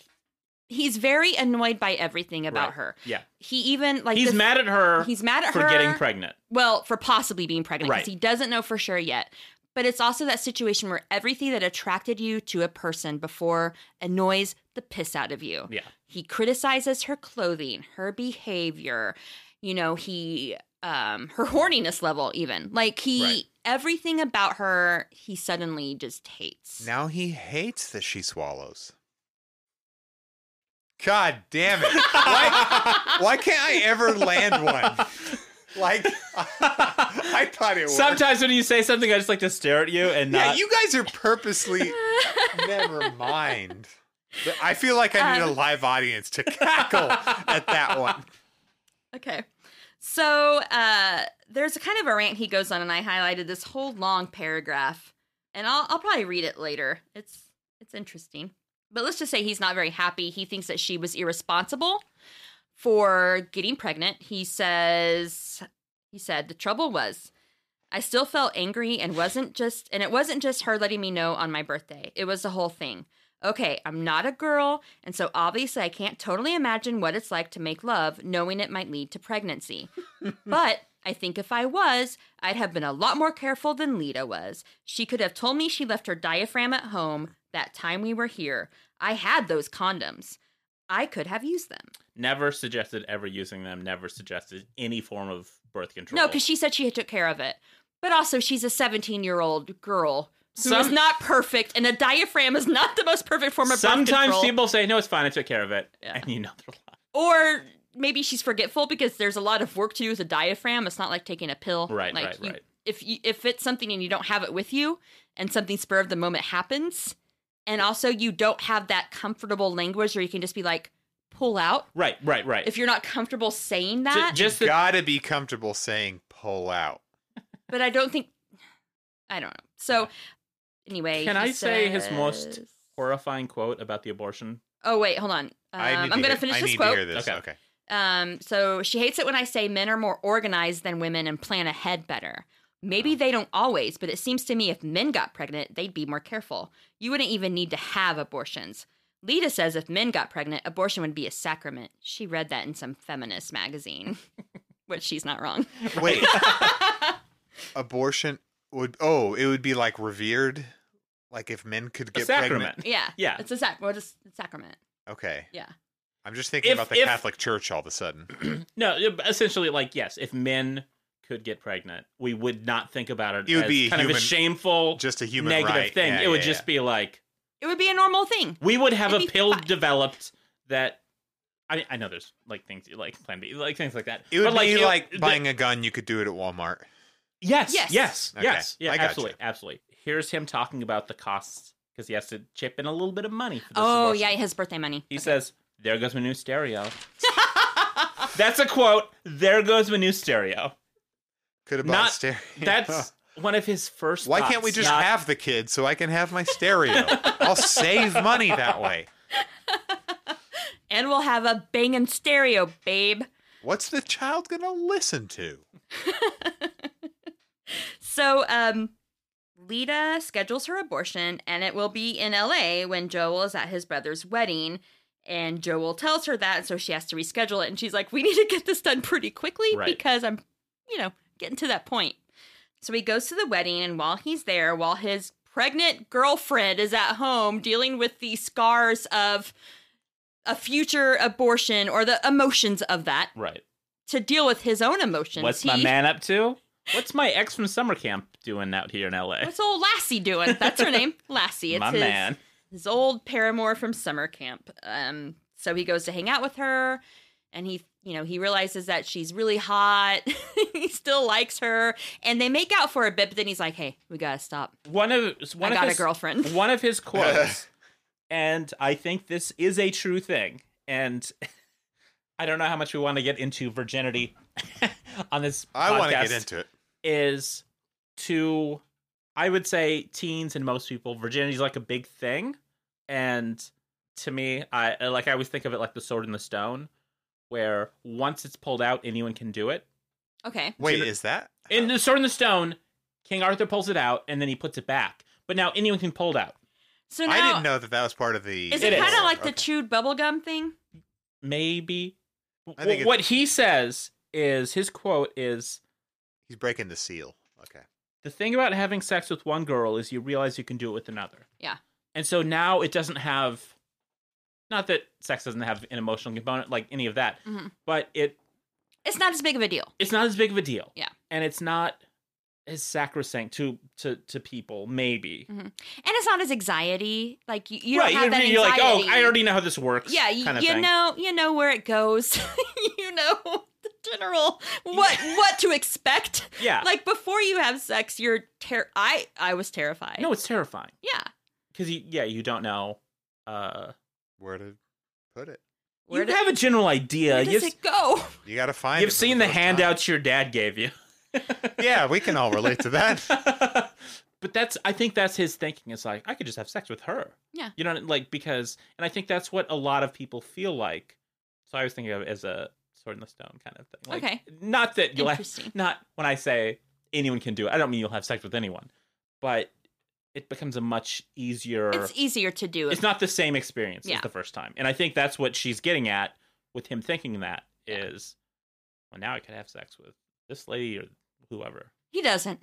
B: he's very annoyed by everything about
A: Right.
B: her.
A: Yeah.
B: He even like
A: he's
B: the-
A: mad at her
B: He's mad at
A: for
B: her
A: getting pregnant.
B: Well, for possibly being pregnant because
A: Right.
B: he doesn't know for sure yet. But it's also that situation where everything that attracted you to a person before annoys the piss out of you.
A: Yeah.
B: He criticizes her clothing, her behavior, you know, he um her horniness level even. Like he
A: Right.
B: everything about her he suddenly just hates.
C: Now he hates that she swallows. God damn it. Why, why can't I ever
B: *laughs*
C: land one? Like, *laughs* I thought it
A: *laughs*
C: was.
A: Sometimes when you say something, I just like to stare at you and
C: Yeah,
A: not.
C: you guys are
B: *laughs*
C: purposely. Never mind. But I feel like I need a
B: Um.
C: live audience to cackle at that
B: *laughs*
C: one.
B: Okay. So uh, there's a kind of a rant he goes on, and I highlighted this whole long paragraph, and I'll, I'll probably read it later. It's it's interesting, but let's just say he's not very happy. He thinks that she was irresponsible for getting pregnant. He says he said the trouble was I still felt angry and wasn't just and it wasn't just her letting me know on my birthday. It was the whole thing. Okay, I'm not a girl, and so obviously I can't totally imagine what it's like to make love knowing it might lead
A: *laughs*
B: to pregnancy. but I think if I was, I'd have been a lot more careful than Lita was. She could have told me she left her diaphragm at home that time we were here. I had those condoms. I could have used them.
A: Never suggested ever using them. Never suggested any form of birth control.
B: No, because she said she had took care of it. But also, she's a 17 year old girl who is
A: Some-
B: not perfect, and a diaphragm is not the most perfect form of birth
A: Sometimes
B: control.
A: people say, "No, it's fine. I took care of it,"
B: Yeah.
A: and you know they're lying.
B: Or maybe she's forgetful because there's a lot of work to do with a diaphragm. It's not like taking a pill.
A: Right,
B: like
A: right,
B: you-
A: right.
B: If you, if it's something and you don't have it with you, and something spur of the moment happens, and also you don't have that comfortable language where you can just be like, pull out.
A: Right, right, right.
B: If you're not comfortable saying
A: Ju-
B: that,
A: just the,
C: Gotta be comfortable saying pull out.
B: but I don't think I don't know. So anyway,
A: Can
B: he
A: I say his most-
B: says-
A: horrifying quote about the abortion.
B: Oh wait, hold on. Um,
C: I need
B: I'm
C: to
B: going
C: hear-
B: to finish
C: I
B: this
C: need
B: quote.
C: To hear this.
A: Okay.
C: Okay.
B: Um, so she hates it when I say men are more organized than women and plan ahead better. Maybe they don't always, but it seems to me if men got pregnant, they'd be more careful. You wouldn't even need to have abortions. Lita says if men got pregnant, abortion would be a sacrament. She read that in some feminist
A: *laughs*
B: magazine, which she's not wrong. *laughs*
C: Wait. Abortion would oh, it would be like revered, like if men could
A: A
C: get
A: sacrament.
C: pregnant.
B: Yeah,
A: Yeah.
B: it's a sac- well, it's a sacrament.
C: Okay.
B: Yeah.
C: I'm just thinking
A: If-
C: about the
A: if-
C: Catholic Church all of a sudden.
A: No, uh, essentially, like yes, if men could get pregnant, we would not think about it.
C: It would
A: as
C: be a
A: kind of a
C: human-
A: shameful,
C: Just a human
A: negative
C: right.
A: thing.
C: Yeah,
A: it would
C: yeah,
A: just be like
B: It would be a normal thing.
A: we would have
B: It'd
A: a
B: be
A: pill
B: fine.
A: developed that. I mean, I know there's like things like Plan B, like things like that.
C: yeah. It would
A: but, like,
C: be
A: it-
C: like
A: the-
C: buying a gun. You could do it at Walmart.
A: Yes,
B: Yes.
A: yes, yes,
C: Okay,
A: yeah,
C: I gotcha.
A: absolutely, absolutely. Here's him talking about the costs because he has to chip in a little bit of money. For this
B: Oh
A: abortion.
B: yeah, his birthday money.
A: He says, "There goes my new stereo."
B: *laughs*
A: That's a quote. There goes my new stereo.
C: Could have bought
A: Not-
C: a stereo. *laughs*
A: That's one of his first.
C: why can't we
A: thoughts,
C: just
A: not-
C: have the kid so I can have
A: *laughs*
C: my stereo? I'll save money that way.
B: And we'll have a banging stereo, babe.
C: What's the child gonna listen to?
B: So, um, Lita schedules her abortion, and it will be in LA when Joel is at his brother's wedding. And Joel tells her that, so she has to reschedule it. And she's like, We need to get this done pretty quickly
A: Right.
B: because I'm, you know, getting to that point. So he goes to the wedding, and while he's there, while his pregnant girlfriend is at home dealing with the scars of a future abortion or the emotions of that
A: right?
B: to deal with his own emotions.
A: What's my
B: he-
A: man up to? What's my ex from summer camp doing out here in L.A.?
B: What's old Lassie doing? That's her
A: *laughs*
B: name, Lassie. It's
A: my
B: his,
A: man.
B: his old paramour from summer camp. Um, so he goes to hang out with her, and he, you know, he realizes that she's really hot. *laughs* he still likes her, and they make out for a bit. But then he's like, "Hey, we gotta stop.
A: One of one
B: I
A: of
B: got
A: his,
B: a girlfriend."
A: One of
C: *laughs*
A: his quotes, and I think this is a true thing. And *laughs* I don't know how much we want to get into virginity *laughs* on this.
C: I want to get
A: podcast.
C: into it.
A: is to I would say teens and most people virginity is like a big thing and to me I like I always think of it like the sword and the stone where once it's pulled out anyone can do it.
B: *laughs* Okay,
C: Wait,
A: Gener-
C: is that
A: In the sword and the stone King Arthur pulls it out and then he puts it back. But now anyone can pull it out.
B: So now
C: I didn't know that that was part of the.
B: is
D: It
B: it,
D: is.
B: kind of like the
C: Okay.
B: chewed bubblegum thing?
A: Maybe.
C: I think
A: Wh-
C: it-
A: what he says is his quote is
C: He's breaking the seal. Okay.
A: the thing about having sex with one girl is you realize you can do it with another.
B: Yeah.
A: And so now it doesn't have not that sex doesn't have an emotional component like any of that,
B: Mhm.
A: but it
B: It's not as big of a deal.
A: it's not as big of a deal.
B: Yeah.
A: And it's not as sacrosanct to to to people maybe.
B: And it's not as anxiety. Like you, you
A: right,
B: don't have that
A: you're
B: anxiety.
A: like, oh, I already know how this works.
B: Yeah, you,
A: kind of
B: you
A: thing.
B: know, you know where it goes. *laughs* you know the general
A: *laughs*
B: what what to expect.
A: Yeah,
B: Like before you have sex, you're ter- I I was terrified.
A: no, it's terrifying
B: yeah.
A: because you, yeah, you don't know. Uh,
C: Where to put it?
B: Where,
A: you
B: do-
A: have a general idea.
B: where does
A: You've,
B: it go?
C: You got to find.
A: you've
C: it for
A: seen the,
C: first time.
A: handouts your dad gave you.
C: Yeah, we can all relate
A: *laughs*
C: to that.
A: but that's I think that's his thinking. It's like I could just have sex with her.
B: Yeah.
A: You know, like because, and I think that's what a lot of people feel like. So I was thinking of it as a sword in the stone kind of thing. Like,
B: Okay.
A: Not that you'll have,
B: Interesting.
A: not when I say anyone can do it. I don't mean you'll have sex with anyone, but it becomes a much easier.
B: It's easier to do.
A: it's not the same experience
B: Yeah.
A: as the first time. And I think that's what she's getting at with him thinking that is,
B: Yeah.
A: well, now I could have sex with this lady or whoever.
B: he doesn't.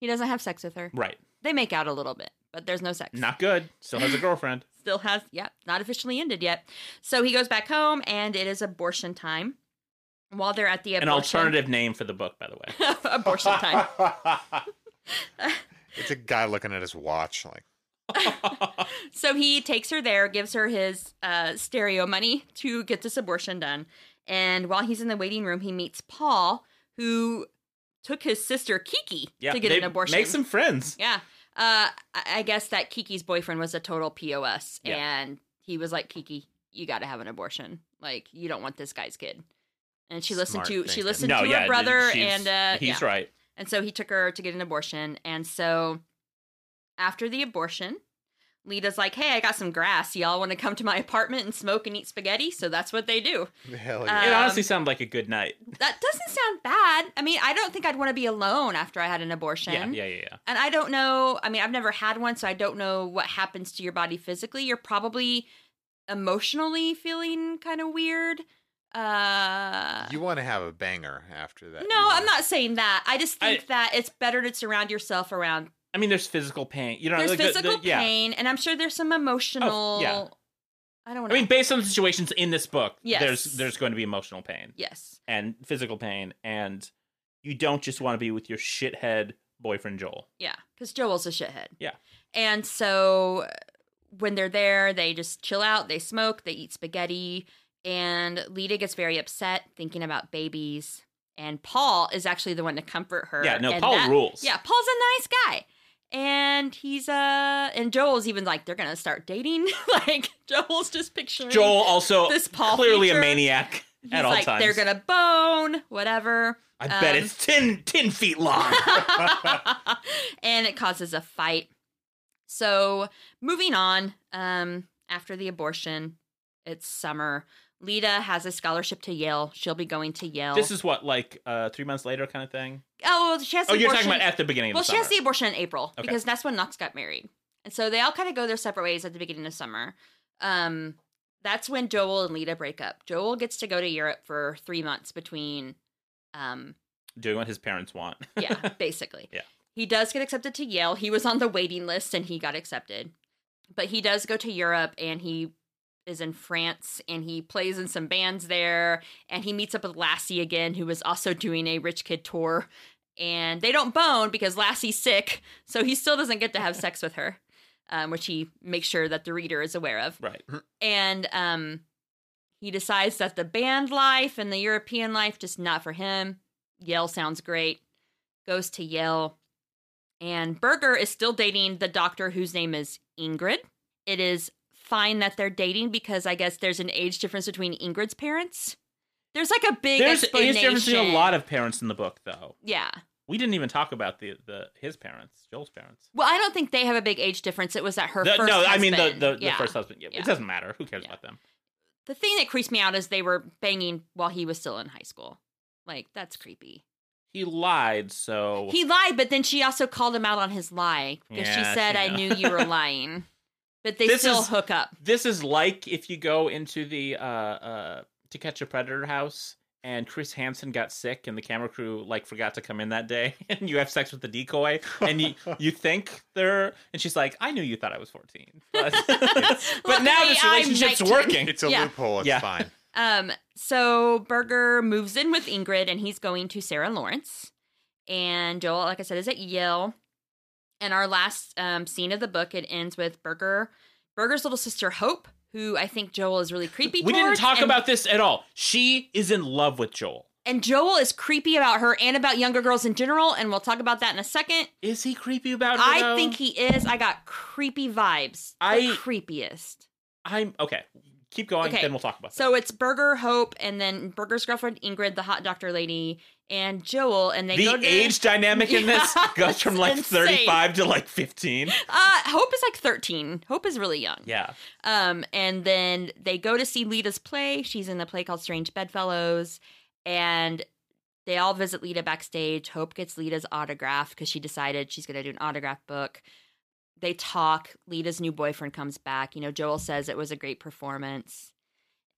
B: He doesn't have sex with her.
A: Right.
B: They make out a little bit, but there's no sex.
A: Not good. Still has a
B: *laughs*
A: girlfriend.
B: Still has, yeah, not officially ended yet. So he goes back home, and it is abortion time. While they're at the
A: An
B: abortion,
A: alternative name for the book, by the
B: *laughs*
A: way.
B: abortion time.
C: *laughs* it's a guy looking at his watch, like
B: So he takes her there, gives her his uh, stereo money to get this abortion done. And while he's in the waiting room, he meets Paul, who took his sister Kiki
A: Yeah.
B: to get
A: they
B: an abortion.
A: Make some friends.
B: yeah. Uh, I I guess that Kiki's boyfriend was a total POS.
A: Yeah.
B: And he was like, Kiki, you got to have an abortion. Like, you don't want this guy's kid. And she listened
C: Smart
B: to she
C: thinking.
B: listened
A: no,
B: to
A: yeah.
B: her brother,
A: she's-
B: and uh, yeah.
A: he's right.
B: And so he took her to get an abortion. And so after the abortion, Lita's like, hey, I got some grass. Y'all want to come to my apartment and smoke and eat spaghetti? So that's what they do.
C: hell
B: Uh,
C: yeah.
A: it
B: Um,
A: honestly sounded like a good night.
B: That doesn't sound bad. I mean, I don't think I'd want to be alone after I had an abortion.
A: Yeah, yeah, yeah, yeah.
B: And I don't know. I mean, I've never had one, so I don't know what happens to your body physically. You're probably emotionally feeling kind of weird. Uh,
C: you want to have a banger after that.
B: no,
C: You
B: I'm
C: wanna-
B: not saying that. I just think
A: I-
B: that it's better to surround yourself around
A: I mean, there's physical pain. You know,
B: there's
A: like the- the-
B: physical
A: yeah. Oh,
B: pain, and I'm sure there's some emotional. I don't
A: I
B: know.
A: mean, based on the situations in this book,
B: Yes.
A: there's there's going to be emotional pain
B: yes,
A: and physical pain, and you don't just want to be with your shithead boyfriend Joel.
B: yeah, because Joel's a shithead.
A: Yeah.
B: and so uh, when they're there, they just chill out, they smoke, they eat spaghetti, and Lita gets very upset thinking about babies. And Paul is actually the one to comfort her.
A: Yeah, no,
B: and
A: Paul
B: that-
A: rules.
B: Yeah, Paul's a nice guy. And he's uh and Joel's even like they're gonna start dating. *laughs* like Joel's just picturing
A: Joel also
B: This Paul
A: clearly
B: feature,
A: a maniac
B: He's
A: at all
B: like
A: times.
B: they're gonna bone, whatever.
A: I bet
B: um,
A: it's ten ten feet
B: *laughs*
A: long.
B: and it causes a fight. So, moving on, um, after the abortion, it's summer. Lita has a scholarship to Yale. She'll be going to Yale.
A: this is what like uh, three months later kind of thing.
B: oh, well, she has.
A: Oh,
B: the
A: you're
B: abortion.
A: talking about at the beginning.
B: well,
A: of the
B: she has the
A: summer.
B: abortion in April
A: Okay.
B: because that's when Knox got married, and so they all kind of go their separate ways at the beginning of summer. Um, that's when Joel and Lita break up. Joel gets to go to Europe for three months between um,
A: doing what his parents want. *laughs*
B: yeah, basically.
A: Yeah.
B: He does get accepted to Yale. He was on the waiting list and he got accepted. But he does go to Europe and he is in France and he plays in some bands there and he meets up with Lassie again who is also doing a rich kid tour and they don't bone because Lassie's sick so he still doesn't get to have sex with her um, which he makes sure that the reader is aware of
A: right.
B: and um he decides that the band life and the European life just not for him. Yale sounds great. Goes to Yale. And Berger is still dating the doctor whose name is Ingrid. It is fine that they're dating because I guess there's an age difference between Ingrid's parents. There's like a big
A: There's age
B: explanation.
A: difference between a lot of parents in the book, though.
B: yeah.
A: We didn't even talk about the, the his parents, Joel's parents.
B: Well, I don't think they have a big age difference. It was that her
A: The-
B: first
A: no, I mean the
B: husband-
A: the, the
B: yeah.
A: first husband. Yeah,
B: Yeah.
A: It doesn't matter. Who cares
B: Yeah.
A: about them?
B: The thing that creeps me out is they were banging while he was still in high school. Like that's creepy.
A: He lied, so
B: He lied, but then she also called him out on his lie because
A: Yeah,
B: she said,
A: she *laughs*
B: "I
A: know."
B: knew you were lying." but they
A: This
B: still
A: is-
B: hook up.
A: This is like if you go into the uh, uh, To Catch a Predator house and Chris Hansen got sick and the camera crew like forgot to come in that day *laughs* and you have sex with the decoy and you you think they're and she's like I knew you thought I was 14 *laughs*
B: *laughs*
A: but, but now
B: Luckily,
A: this
B: I'm
A: relationship's
B: 19.
A: working
C: It's a
B: Yeah.
C: loophole. It's
A: Yeah.
C: fine.
B: Um, so Berger moves in with Ingrid and he's going to Sarah Lawrence. And Joel, like I said, is at Yale. And our last um, scene of the book, it ends with Berger, Berger's little sister Hope, who I think Joel is really creepy.
A: we didn't
B: towards,
A: talk
B: and,
A: about this at all she is in love with Joel
B: And Joel is creepy about her and about younger girls in general. And we'll talk about that in a second.
A: is he creepy about her
B: I
A: though?
B: think he is. I got creepy vibes. The
A: I-
B: creepiest.
A: I'm okay keep going
B: Okay.
A: then we'll talk about that.
B: So it's Berger, Hope, and then Berger's girlfriend Ingrid, the hot doctor lady, and Joel, and they
A: the
B: go to
A: age dynamic in this
B: *laughs* Yeah,
A: goes from
B: it's
A: like
B: insane.
A: 35 to like 15
B: Uh, Hope is like 13. Hope is really young.
A: yeah
B: Um, and then they go to see Lita's play. She's in a play called Strange Bedfellows, and they all visit Lita backstage. Hope gets Lita's autograph because she decided she's going to do an autograph book. They talk. Lita's new boyfriend comes back. You know, Joel says it was a great performance.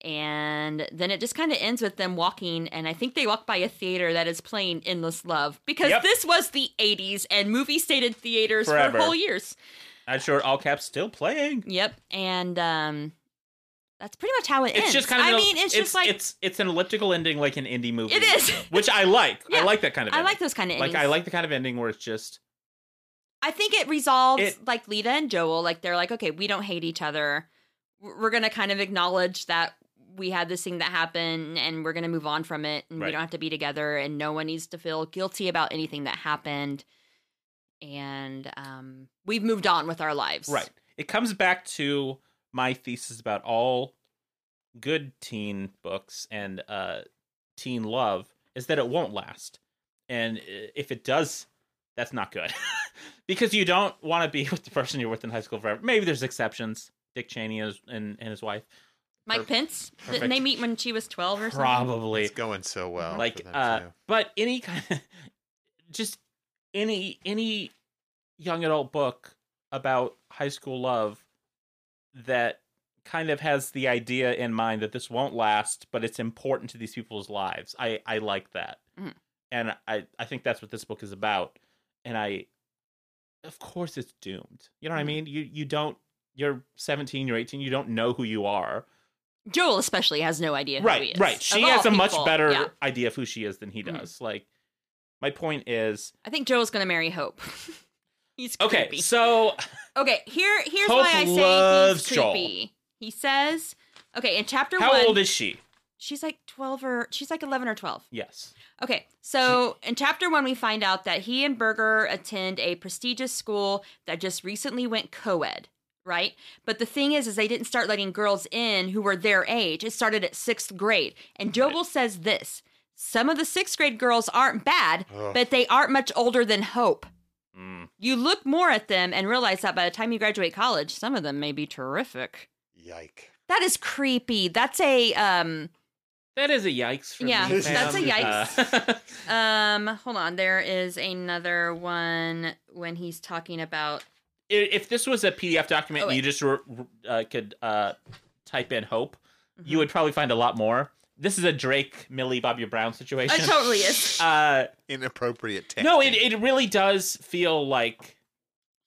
B: And then it just kind of ends with them walking, and I think they walk by a theater that is playing Endless Love because
A: Yep.
B: this was the 80s, and movie stated theaters
A: Forever.
B: for whole years.
A: I'm sure all caps still playing.
B: Yep, and um, that's pretty much how it ends.
A: It's just kind of.
B: I
A: an-
B: mean, it's, just like
A: it's it's an elliptical ending, like an indie movie.
B: it is. *laughs*
A: which I like. I
B: Yeah.
A: like that kind of.
B: I
A: Ending.
B: like those kind of
A: Like
B: endings.
A: I like the kind of ending where it's just
B: I think it resolves
A: It-
B: like Lita and Joel. Like they're like, okay, we don't hate each other. We're we're gonna kind of acknowledge that we had this thing that happened, and we're gonna move on from it, and
A: Right.
B: we don't have to be together, and no one needs to feel guilty about anything that happened. And um, we've moved on with our lives,
A: right. It comes back to my thesis about all good teen books and uh, teen love is that it won't last, and i- if it does, that's not good *laughs* because you don't want to be *laughs* with the person you're with in high school forever. Maybe there's exceptions. Dick Cheney is, and and his wife
B: Mike
A: Perfect.
B: Pence, didn't
A: Perfect.
B: they meet when she was twelve or something?
A: probably
C: It's going so well.
A: like
C: for them,
A: uh
C: too.
A: but any kind of *laughs* just any any young adult book about high school love that kind of has the idea in mind that this won't last but it's important to these people's lives i i like that
B: Mhm.
A: and i i think that's what this book is about and i of course it's doomed you know what i
B: Mhm.
A: mean you you don't you're 17 you're 18 you don't know who you are
B: Joel especially has no idea who
A: right
B: he is.
A: right
B: Of
A: she
B: all
A: has a much
B: people,
A: better
B: yeah.
A: idea of who she is than he
B: Mhm.
A: does like my point is
B: I think Joel's gonna marry Hope. *laughs* he's
A: okay
B: creepy. *laughs*
A: so
B: okay, here here's
A: Hope
B: why I say
A: loves
B: he's
A: Joel.
B: creepy. He says, okay, in chapter
A: how
B: one,
A: old is she
B: she's like twelve or she's like eleven or twelve.
A: yes
B: Okay, so in chapter one, we find out that he and Berger attend a prestigious school that just recently went co-ed. Right, but the thing is, is they didn't start letting girls in who were their age. It started at sixth grade, and Joel says this: some of the sixth grade girls aren't bad,
C: Ugh.
B: but they aren't much older than Hope.
A: Mm.
B: You look more at them and realize that by the time you graduate college, some of them may be terrific.
C: Yike.
B: That is creepy. That's a um
A: that is a yikes for
B: Yeah,
A: me,
C: that's
A: fam.
C: a
B: yikes.
A: Uh, *laughs*
B: um hold on, there is another one when he's talking about
A: i- if this was a pdf document
B: Oh,
A: and you
B: wait.
A: just re- re- uh, could uh, type in hope
B: Mm-hmm.
A: you would probably find a lot more this is a drake millie bobby brown
B: It
A: situation
B: totally is.
A: uh
C: Inappropriate
A: *laughs*
C: text.
A: no it, it really does feel like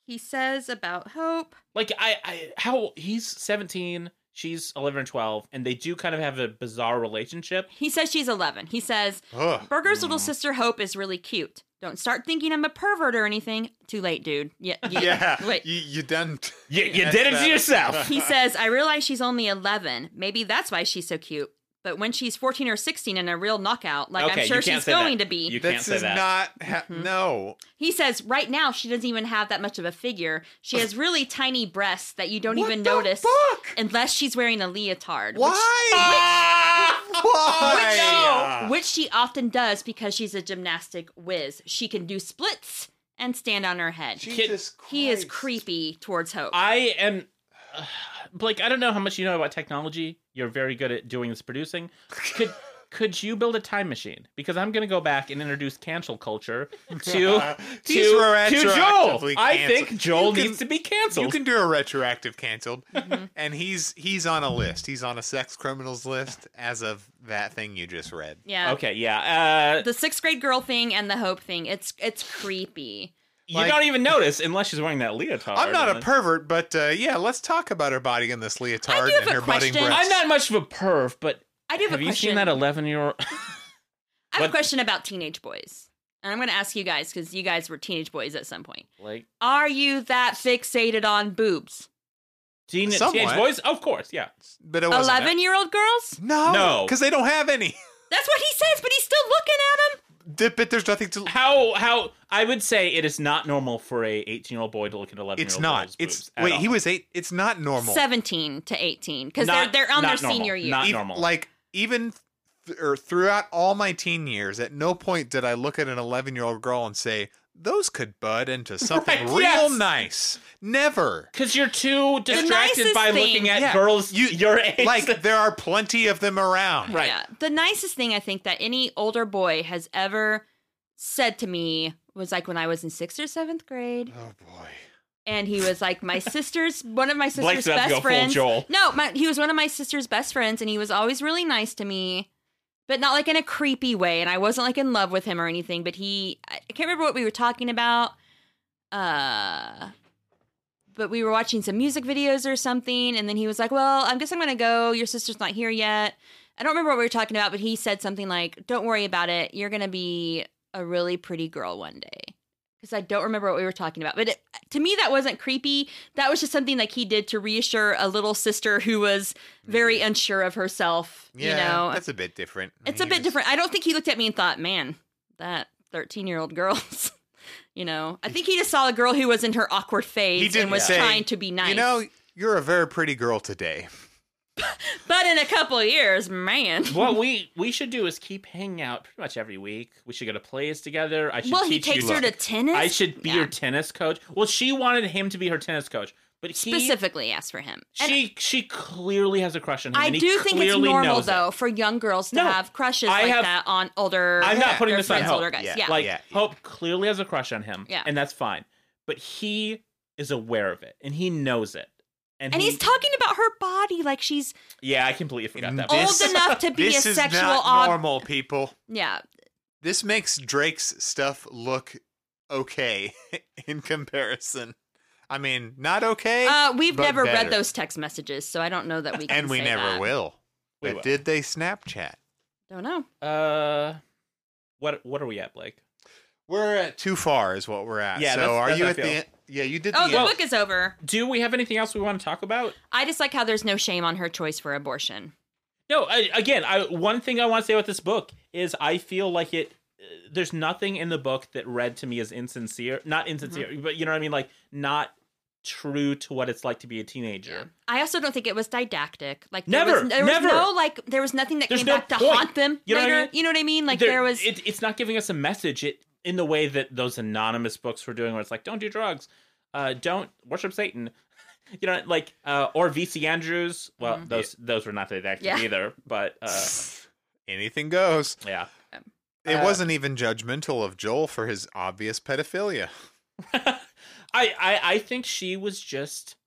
B: He says about hope.
A: like I, I how he's 17 she's 11 or 12 and they do kind of have a bizarre relationship
B: He says she's 11. He says
A: *laughs*
C: Ugh.
B: Burger's little
A: Mm.
B: sister Hope is really cute. Don't start thinking I'm a pervert or anything. Too late, dude.
A: *laughs*
B: Yeah. yeah.
C: Yeah.
B: Wait.
C: You, you done.
A: you, you
C: That's
A: did it
C: that.
A: to yourself
B: He says, I realize she's only 11. Maybe that's why she's so cute. But when she's 14 or 16 and a real knockout, like
A: Okay,
B: I'm
A: you
B: sure
A: can't
B: she's
A: say that.
B: going to be,
A: *laughs* You can't
C: This
A: say
C: is
A: that. Mm-hmm.
C: not. Ha-
B: Mhm.
C: No.
B: he says right now she doesn't even have that much of a figure. She has really tiny breasts that you don't
C: What
B: even
C: the
B: notice
C: Fuck?
B: unless she's wearing a leotard. which-
C: Why? Why?
B: Which, she often does because she's a gymnastic whiz. She can do splits and stand on her head.
C: Jesus Christ.
B: he is creepy towards Hope.
A: i am *sighs*
C: *laughs*
A: Blake, I don't know how much you know about technology. You're very good at doing this producing. Could could you build a time machine? Because I'm going to go back and introduce cancel
C: *laughs*
A: culture to to,
C: These
A: to
C: were
A: Joel.
C: retroactively
A: I
C: canceled.
A: think Joel
C: You can-
A: needs to be canceled.
C: You can do a retroactive canceled,
A: Mm-hmm.
B: Mhm.
C: and he's he's on a list. He's on a sex criminals list as of that thing you just read.
B: Yeah.
A: okay, yeah. Uh,
B: The sixth grade girl thing and the hope thing. It's it's creepy.
A: you
C: like-
A: don't even notice unless she's wearing that leotard.
C: I'm not a
A: and-
C: pervert, but uh, yeah, let's talk about her body in this leotard
B: have
C: and
B: a
C: her budding
B: question.
C: breasts.
A: I'm not much of a perv, but
B: I do have,
A: have
B: a
A: you
B: question.
A: seen that 11 year old?
B: I have
A: What-
B: a question about teenage boys. And I'm going to ask you guys because you guys were teenage boys at some point.
A: *laughs* like
B: Are you that fixated on boobs?
A: teen, teenage
C: Somewhat.
A: boys? Of course, yeah.
C: but it wasn't that-
B: 11 year old girls?
C: No,
A: No.
C: because they don't have any. *laughs*
B: That's what he says, but he's still looking at him.
C: Th- but there's nothing to.
A: How how I would say it is not normal for a 18 year old boy to look at 11 year old.
C: It's not. It's wait. He was eight. It's not normal.
B: 17 to 18 because they're,
A: Not-
B: they're on their
A: not normal.
B: senior year.
A: Not
C: Ev-
A: normal.
C: Like even th- or throughout all my teen years, at no point did I look at an 11 year old girl and say those could bud into something
A: Right,
C: real
A: yes.
C: nice.
A: *laughs*
C: Never.
A: because you're too distracted
B: nicest
A: by
B: thing-
A: looking at
C: Yeah.
A: girls
C: You- *laughs*
A: your age.
C: Like there are plenty of them around.
A: Right.
B: Yeah. The nicest thing I think that any older boy has ever said to me was like when I was in sixth or seventh grade,
C: Oh boy.
B: and he was like my sister's one of my sister's
A: Blake's about to
B: best
A: go full
B: friends.
A: Joel.
B: No, my, he was one of my sister's best friends, and he was always really nice to me, but not like in a creepy way. And I wasn't like in love with him or anything. But he, I I can't remember what we were talking about. Uh. But we were watching some music videos or something, and then he was like, "Well, I guess I'm gonna go. Your sister's not here yet." I don't remember what we were talking about, but he said something like, "Don't worry about it. You're gonna be a really pretty girl one day." Because I don't remember what we were talking about, but it, to me that wasn't creepy. That was just something like he did to reassure a little sister who was very unsure of herself.
C: Mm-hmm. Yeah,
B: you know, uh,
C: that's a bit different.
B: it's a
C: He
B: bit
C: was-
B: different. I don't think he looked at me and thought, "Man, that thirteen-year-old girl's." *laughs* You know, I think he just saw a girl who was in her awkward phase
C: didn't
B: and was
C: say,
B: trying to be nice.
C: You know, you're a very pretty girl today.
B: but in a couple of years, man.
C: hmm.
A: what we we should do is keep hanging out pretty much every week. We should go to plays together. I should
B: Well, he
A: teach
B: takes
A: you
B: her to tennis.
A: I should be
B: Yeah.
A: your tennis coach. Well, she wanted him to be her tennis coach, but he
B: specifically asked for him. And
A: she she clearly has a crush on him.
B: I
A: and he
B: do think it's
A: clearly
B: normal
A: knows it.
B: though for young girls to
A: No,
B: have crushes
A: I
B: like
A: have-
B: that on older.
A: I'm
B: *laughs*
A: not
C: Yeah,
A: putting
B: their
A: this on
B: friends,
A: Hope.
B: older guys.
C: Yeah.
B: Yeah.
A: Like
C: Yeah.
A: Hope clearly has a crush on him.
B: Yeah.
A: And that's fine. But he is aware of it and he knows it. And,
B: and
A: he-
B: he's talking about her body like
A: *laughs*
B: she's
A: Yeah, I completely forgot that.
C: This-
A: part.
B: old enough to be a
C: this is
B: sexual
C: not
B: ob-
C: normal, people.
B: Yeah.
C: This makes Drake's stuff look okay *laughs* in comparison. I mean, not okay.
B: Uh, we've
C: but
B: never
C: better.
B: read those text messages, so I don't know
A: *laughs*
B: that we can
C: and we
B: say
C: never
B: that.
C: will.
A: We
C: but
A: will.
C: did they Snapchat?
B: Don't know.
A: Uh what what are we at, Blake?
C: We're at too far, is what we're at.
A: Yeah,
C: so
A: that's-
C: are
A: that's
C: you
A: how I
C: at the
A: feel.
C: end? Yeah, you did.
B: Oh,
C: the
B: the
A: Well-
B: book is over.
A: Do we have anything else we want to talk about?
B: I just like how there's no shame on her choice for abortion.
A: No, I, again, I one thing I want to say about this book is I feel like it uh, there's nothing in the book that read to me as insincere, not insincere,
B: Mm-hmm.
A: but you know what I mean like not true to what it's like to be a teenager.
B: I also don't think it was didactic. Like there
A: Never,
B: was, there
A: never.
B: was no like there was nothing that
A: There's
B: came
A: no
B: back to
A: point.
B: haunt them
A: You know what I
B: later.
A: mean?
B: You know what I mean? Like there, was
A: it, it's not giving us a message it in the way that those anonymous books were doing where it's like don't do drugs uh don't worship satan *laughs* you know like uh or vc andrews well
B: Mhm.
A: those those were not didactic
B: Yeah.
A: either but
B: *laughs*
A: uh
C: Anything goes.
A: yeah *laughs*
C: It
A: Uh,
C: wasn't even judgmental of Joel for his obvious pedophilia.
A: I, I I think she was just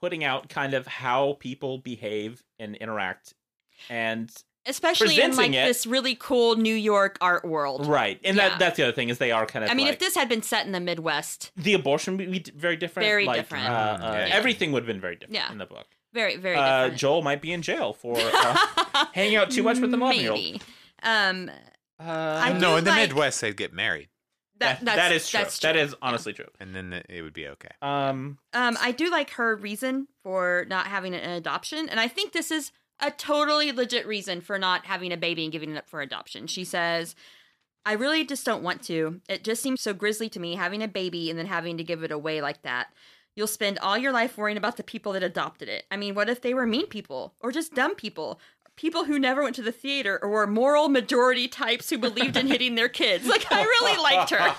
A: putting out kind of how people behave and interact and
B: especially in like
A: presenting it-
B: this really cool New York art world.
A: right and
B: Yeah.
A: that that's the other thing is they are kind of
B: I mean,
A: like,
B: if this had been set in the Midwest,
A: the abortion would be very different
B: Very
A: like,
B: different.
A: uh, uh,
C: Yeah.
A: everything would have been very different
B: Yeah.
A: in the book
B: very, very
A: uh,
B: different.
A: Joel might be in jail for uh,
B: *laughs*
A: hanging out too much with the millennial.
B: Maybe. Um, I
A: Uh,
B: do
C: no, in the
B: like-
C: Midwest, they'd get married,
B: that, that's,
A: that is true.
B: That's
A: That is honestly true.
C: and then it- it would be okay.
A: Um,
B: Um, I do like her reason for not having an adoption, and I think this is a totally legit reason for not having a baby and giving it up for adoption. She says, "I really just don't want to. It just seems so grisly to me having a baby and then having to give it away like that. You'll spend all your life worrying about the people that adopted it. I mean, what if they were mean people or just dumb people?" People who never went to the theater or were moral majority types who believed in hitting their kids. Like, I really liked her.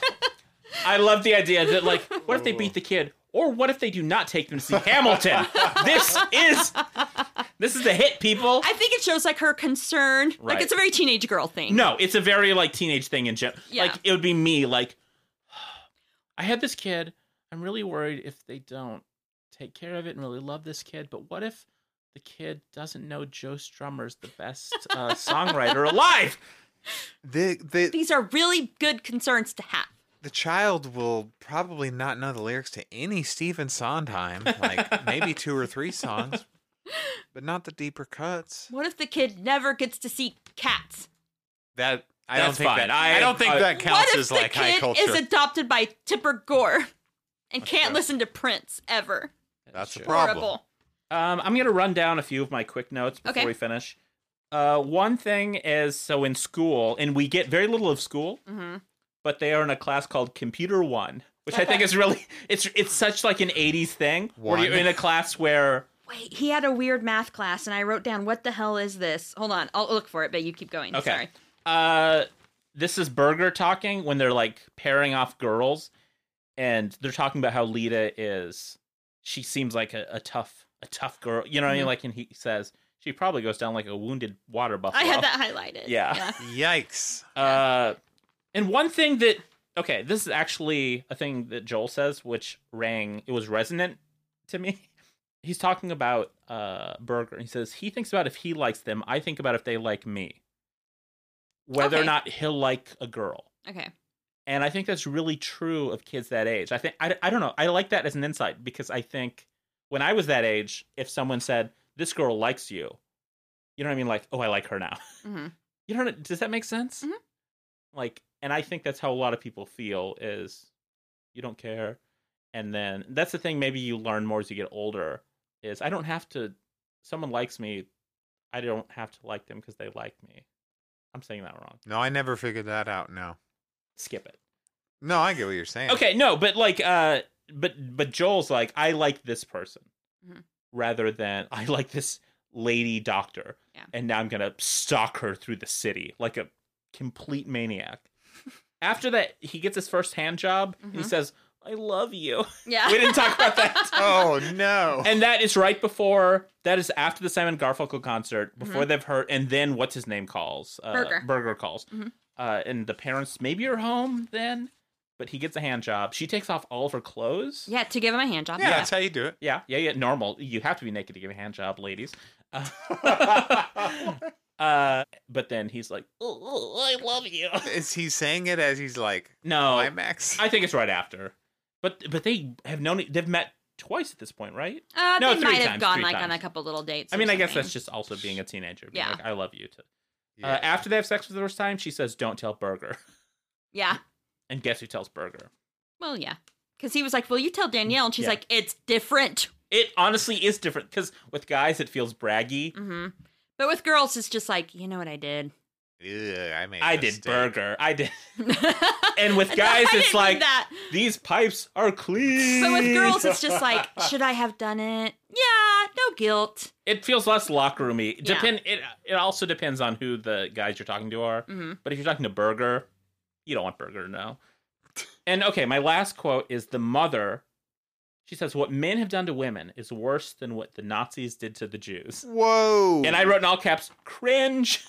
A: I love the idea that like, what *laughs* if they beat the kid, or what if they do not take them to see Hamilton? this is This is a hit, people.
B: *laughs* I think it shows like her concern.
A: Right.
B: Like it's a very teenage girl thing.
A: No, it's a very like teenage thing in general.
B: Yeah.
A: Like it would be me. Like *sighs* I had this kid. I'm really worried if they don't take care of it and really love this kid. But what if the kid doesn't know Joe Strummer's the best
B: *laughs*
A: uh, songwriter alive?
C: The the
B: These are really good concerns to have.
C: the child will probably not know the lyrics to any Stephen Sondheim, like maybe two or three *laughs* songs, but not the deeper cuts.
B: What if the kid never gets to see cats?
C: That I
A: That's
C: don't think
A: fine.
C: that
A: I-
C: I, don't think
A: I-
C: that counts
B: what if
C: as
B: the
C: like
B: kid
C: high culture.
B: is adopted by Tipper Gore and can't
C: true.
B: listen to Prince ever?
C: That's a
A: Sure.
C: Problem.
B: Horrible.
A: Um, I'm gonna run down a few of my quick notes before
B: Okay.
A: we finish. Uh, one thing is so in school, and we get very little of school,
B: hmm
A: but they are in a class called Computer One, which I think is really it's it's such like an '80s thing where you're
C: One.
A: in a class where
B: Wait, he had a weird math class, and I wrote down, "What the hell is this?" Hold on, I'll look for it. But you keep going.
A: Okay.
B: Sorry.
A: Uh, this is Burger talking when they're like pairing off girls, and they're talking about how Lita is. She seems like a, a tough, a tough girl. You know what I mean?
B: Mhm.
A: Like, and he says she probably goes down like a wounded water buffalo.
B: I had that highlighted.
A: Yeah.
C: Yikes!
A: Uh, and one thing that okay, this is actually a thing that Joel says, which rang. It was resonant to me. *laughs* He's talking about uh Burger. He says he thinks about if he likes them. I think about if they like me. Whether or
B: Okay.
A: not he'll like a girl.
B: Okay.
A: And I think that's really true of kids that age. I think I, I don't know. I like that as an insight because I think when I was that age, if someone said this girl likes you, you know what I mean? Like, oh, I like her now.
B: hmm
A: You know, what- does that make sense?
B: Mhm.
A: Like, and I think that's how a lot of people feel is you don't care. And then that's the thing maybe you learn more as you get older is I don't have to someone likes me, I don't have to like them because they like me. I'm saying that wrong.
C: No, I never figured that out. No,
A: Skip it.
C: no, I get what you're saying. *laughs*
A: Okay, no, but like uh but but Joel's like I like this person
B: Mhm.
A: rather than *laughs* I like this lady doctor.
B: Yeah.
A: And now I'm going to stalk her through the city like a complete maniac. After that, he gets his first hand job and he
B: Mhm.
A: says, "I love you." *laughs*
B: Yeah.
A: We didn't talk about that.
C: Oh
A: *laughs*
C: no!
A: And that is right before that is after the Simon Garfunkel concert
B: Mm-hmm.
A: before they've heard and then what's his name calls uh,
B: Burger.
A: calls
B: Mhm.
A: uh, and the parents maybe are home then but he gets a hand job she takes off all of her clothes
B: yeah. To give him a hand job.
C: yeah, that's how you do it.
A: yeah yeah yeah normal you have to be naked to give a hand job
B: *laughs*
A: ladies uh, uh, but then he's like oh, I love you
C: Is he saying it as he's like
A: no
B: Oh,
C: climax?
A: Oh. I uh, think it's right after but but they have known they've met twice at this point right
B: Uh,
A: No,
B: they
A: three
B: might have
A: times,
B: gone
A: three
B: like on
A: times.
B: a couple little dates.
A: I
B: or
A: mean I guess
B: something.
A: that's just also being a teenager being
B: Yeah.
A: like I love you to
C: Yeah.
A: Uh, after they have sex for the first time, she says, "Don't tell Burger." *laughs*
B: Yeah.
A: And guess who tells Burger?
B: Well, yeah. Because he was like, "Well, you tell Danielle," and she's
A: Yeah.
B: like, "It's different."
A: It honestly is different because with guys, it feels braggy.
B: hmm But with girls, it's just like, you know what I did.
C: Ew, I made. a
A: I did
C: mistake.
A: Burger. I did.
B: with
A: *laughs* And
B: *laughs*
A: with guys, it's like
B: that.
A: these pipes are clean.
B: But with girls, it's just like,
A: *laughs*
B: should I have done it? Yeah, no guilt.
A: it feels less locker roomy.
B: Yeah.
A: Depend. It it also depends on who the guys you're talking to are.
B: hmm
A: But if you're talking to Burger, you don't want Burger to know. And okay, my last quote is the mother. She says, "What men have done to women is worse than what the Nazis did to the Jews."
C: Whoa!
A: And I wrote in all caps, cringe.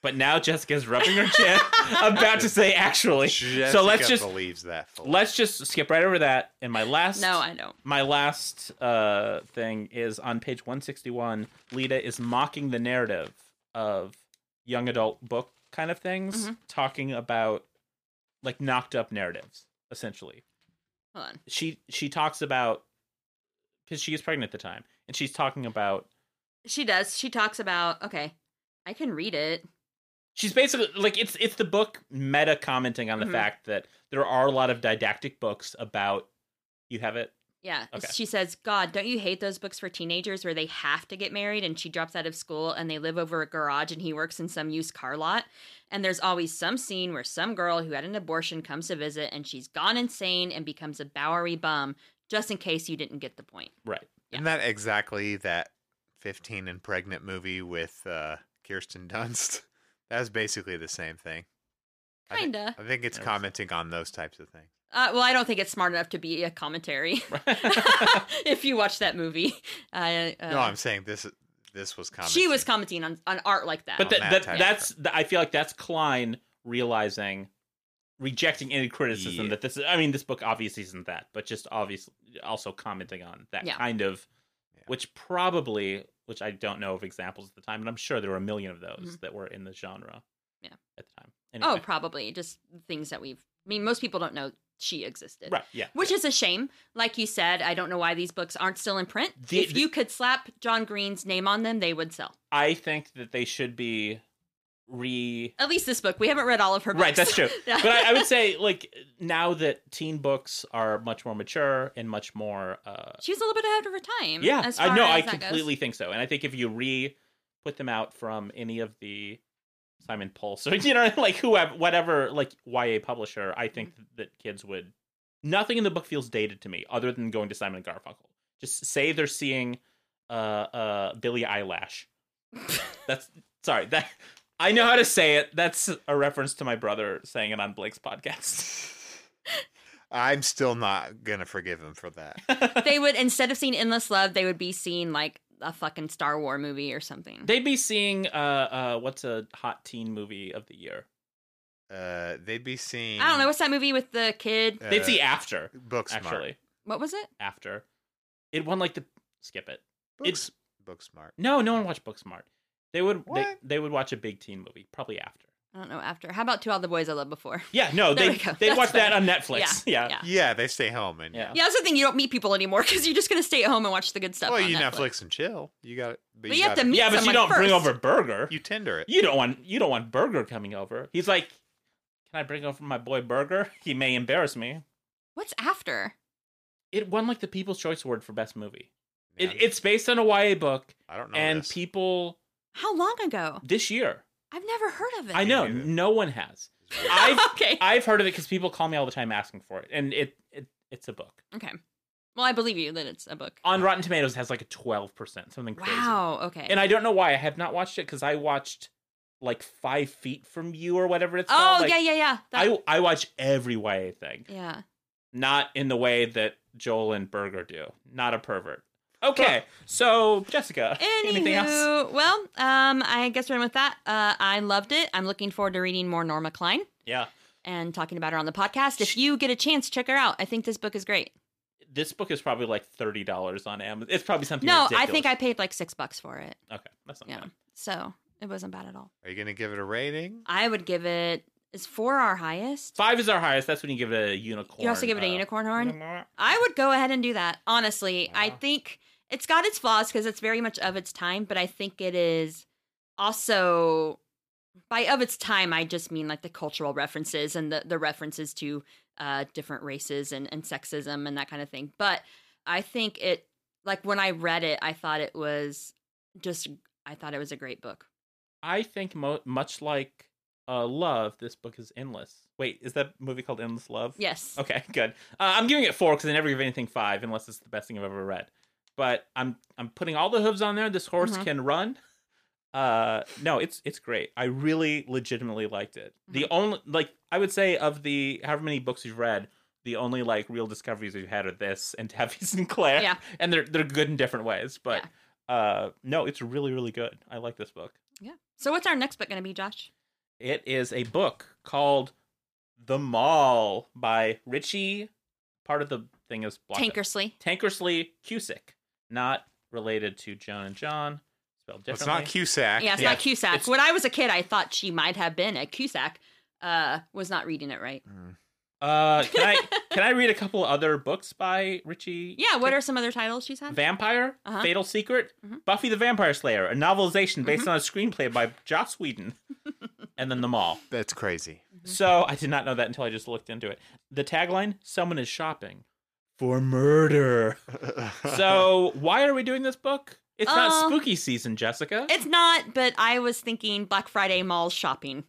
A: But now Jessica's rubbing her chin, *laughs* about to say actually.
C: Jessica
A: so let's just
C: believes that. fully.
A: let's just skip right over that. And my last
B: *laughs* no, I don't.
A: my last uh thing is on page 161, Lita is mocking the narrative of young adult book kind of things,
B: Mhm.
A: talking about like knocked up narratives, essentially
B: Hold on.
A: she she talks about because she is pregnant at the time and she's talking about
B: She does. She talks about, okay, I can read it.
A: she's basically like it's it's the book meta commenting on the
B: Mhm.
A: fact that there are a lot of didactic books about you have it *laughs*
B: Yeah.
A: Okay.
B: She says, God, don't you hate those books for teenagers where they have to get married and she drops out of school and they live over a garage and he works in some used car lot? And there's always some scene where some girl who had an abortion comes to visit and she's gone insane and becomes a Bowery bum, just in case you didn't get the point.
A: right
C: Isn't that exactly that 15 and pregnant movie with uh, Kirsten Dunst? *laughs* That was basically the same thing. I thi-
B: Kinda.
C: I think it's
A: Yes.
C: commenting on those types of things.
B: Uh, well, I don't think it's smart enough to be a
C: *laughs*
B: commentary. *laughs* if you watch that movie, I, uh,
C: no, I'm saying this. This was comedy.
B: she was commenting on, on art like that.
A: but that,
C: on that
A: that,
C: type of
A: that's th- I feel like that's Klein realizing rejecting any criticism
C: Yeah.
A: that this is I mean this book obviously isn't that but just obviously also commenting on that
B: Yeah.
A: kind of
C: Yeah.
A: which probably which I don't know of examples at the time and I'm sure there were a million of those
B: Mhm.
A: that were in the genre
B: Yeah.
A: at the time
B: oh,
A: Anyway.
B: probably just things that we've. I mean, most people don't know she existed.
A: right yeah
B: Which is a shame. Like you said, I don't know why these books aren't still in print.
A: The-
B: if you could slap John Green's name on them, they would sell.
A: I think that they should be re
B: At least this book. We haven't read all of her books.
A: Right, that's true.
B: *laughs* Yeah.
A: But I, I would say, like, now that teen books are much more mature and much more, uh,
B: she was a little bit ahead of her time.
A: yeah,
B: as
A: I
B: far
A: know,
B: as
A: I
B: that goes.
A: completely think so. And I think if you re put them out from any of the Simon Pulse or *laughs* you know, like whoever, whatever, like YA publisher, I think
B: Mm-hmm.
A: that kids would. Nothing in the book feels dated to me, other than going to Simon and Garfunkel. Just say they're seeing uh, uh, Billy
B: *laughs*
A: Eyelash. That's sorry. That I know how to say it. That's a reference to my brother saying it on Blake's podcast.
C: I'm still not gonna forgive him for that.
B: they would instead of seeing endless love, they would be seeing like a fucking Star Wars movie or something.
A: *laughs* They'd be seeing uh, uh, what's a hot teen movie of the year?
C: Uh, they'd be seeing.
B: I don't know what's that movie with the kid.
C: uh,
A: They'd see After.
C: Booksmart.
A: Actually,
B: What was it?
A: After it won like the skip it.
C: Books, Booksmart.
A: No, no one watched Booksmart. They would they,
C: What?
A: they would watch a big teen movie probably after.
B: I don't know. After how about to all the boys I loved before?
A: Yeah, no,
B: There
A: they
B: we go.
A: they
B: That's
A: watch that
B: better.
A: on Netflix. Yeah,
B: yeah.
C: Yeah, they stay home and
A: Yeah.
B: Yeah, that's the thing. You don't meet people anymore because you're just gonna stay at home and watch the good stuff.
C: Well,
B: on
C: you
B: Netflix.
C: Netflix and chill. You got it.
B: But you have to
C: gotta-
B: meet
A: yeah, but you
B: someone
A: don't bring
B: first.
A: over Burger.
C: You Tinder it.
A: You don't want you don't want Burger coming over. He's like, can I bring over my boy Burger? He may embarrass me.
B: What's after?
A: It won like the People's Choice Award for best movie.
C: Yeah,
A: It, it's based on a YA book,
C: I don't know.
A: and
C: this.
A: people
B: How long ago?
A: this year.
B: I've never heard of it.
A: I
B: *laughs*
A: know
C: neither.
A: no one has. I've
B: okay.
A: I've heard of it because people call me all the time asking for it, and it, it it's a book.
B: okay. Well, I believe you that it's a book.
A: on Rotten Tomatoes has like a twelve percent, something crazy.
B: Wow. Okay.
A: And I don't know why I have not watched it because I watched like Five Feet from You or whatever it's
B: oh
A: called. Like,
B: yeah, yeah, yeah. That-
A: I I watch every YA thing,
B: yeah.
A: not in the way that Joel and Berger do. Not a pervert. Okay, so Jessica,
B: Anywho,
A: anything else?
B: well, um, I guess we're done with that. Uh, I loved it. I'm looking forward to reading more Norma Klein
A: Yeah,
B: and talking about her on the podcast. If you get a chance, check her out. I think this book is great.
A: this book is probably like thirty dollars on Amazon. It's probably something.
B: No, I
A: ridiculous.
B: think I paid like six bucks for it.
A: Okay, that's not
B: Yeah.
A: bad.
B: So it wasn't bad at all.
C: Are you gonna give it a rating?
B: I would give it is four our highest.
A: Five is our highest. That's when you give it a unicorn.
B: You also give it a
A: uh,
B: unicorn horn. I would go ahead and do that. Honestly, I
A: Wow.
B: think it's got its flaws because it's very much of its time, but I think it is also by of its time. I just mean like the cultural references and the the references to uh, different races and and sexism and that kind of thing. But I think it like when I read it, I thought it was just I thought it was a great book.
A: I think mo- much like uh, Love, this book is endless. Wait, is that movie called Endless Love?
B: Yes.
A: Okay, *laughs* good. Uh, I'm giving it four because I never give anything five unless it's the best thing I've ever read. But I'm I'm putting all the hooves on there. This horse
B: Mhm.
A: can run. Uh, no, it's it's great. I really legitimately liked it. The
B: Mm-hmm.
A: only like I would say of the however many books you've read, the only like real discoveries we've had are this and *laughs* Taffy Sinclair.
B: Yeah.
A: and they're they're good in different ways. But uh, no, it's really really good. I like this book.
B: Yeah. So what's our next book going to be, Josh?
A: It is a book called The Mall by Richie. Part of the thing is blocked up.
B: Tankersley.
A: Tankersley Cusick, not related to Joan and John, spelled
C: Well, it's
A: differently.
C: not Cusack.
B: Yeah, it's
A: Yeah.
B: not Cusack.
A: It's-
B: when I was a kid, I thought she might have been a Cusack. Uh, was not reading it right.
C: Mm.
A: Uh, can I can I read a couple other books by Richie?
B: Yeah. What are some other titles she's had?
A: Vampire,
B: Uh-huh.
A: Fatal Secret,
B: Mhm.
A: Buffy the Vampire Slayer, a novelization based
B: Mm-hmm.
A: on a screenplay by Joss
B: *laughs*
A: Whedon, and then The Mall.
C: That's crazy.
B: Mm-hmm.
A: So I did not know that until I just looked into it. The tagline: "Someone is shopping for murder."
C: *laughs*
A: so why are we doing this book? It's not
B: Uh,
A: spooky season, Jessica.
B: It's not, but I was thinking Black Friday mall shopping,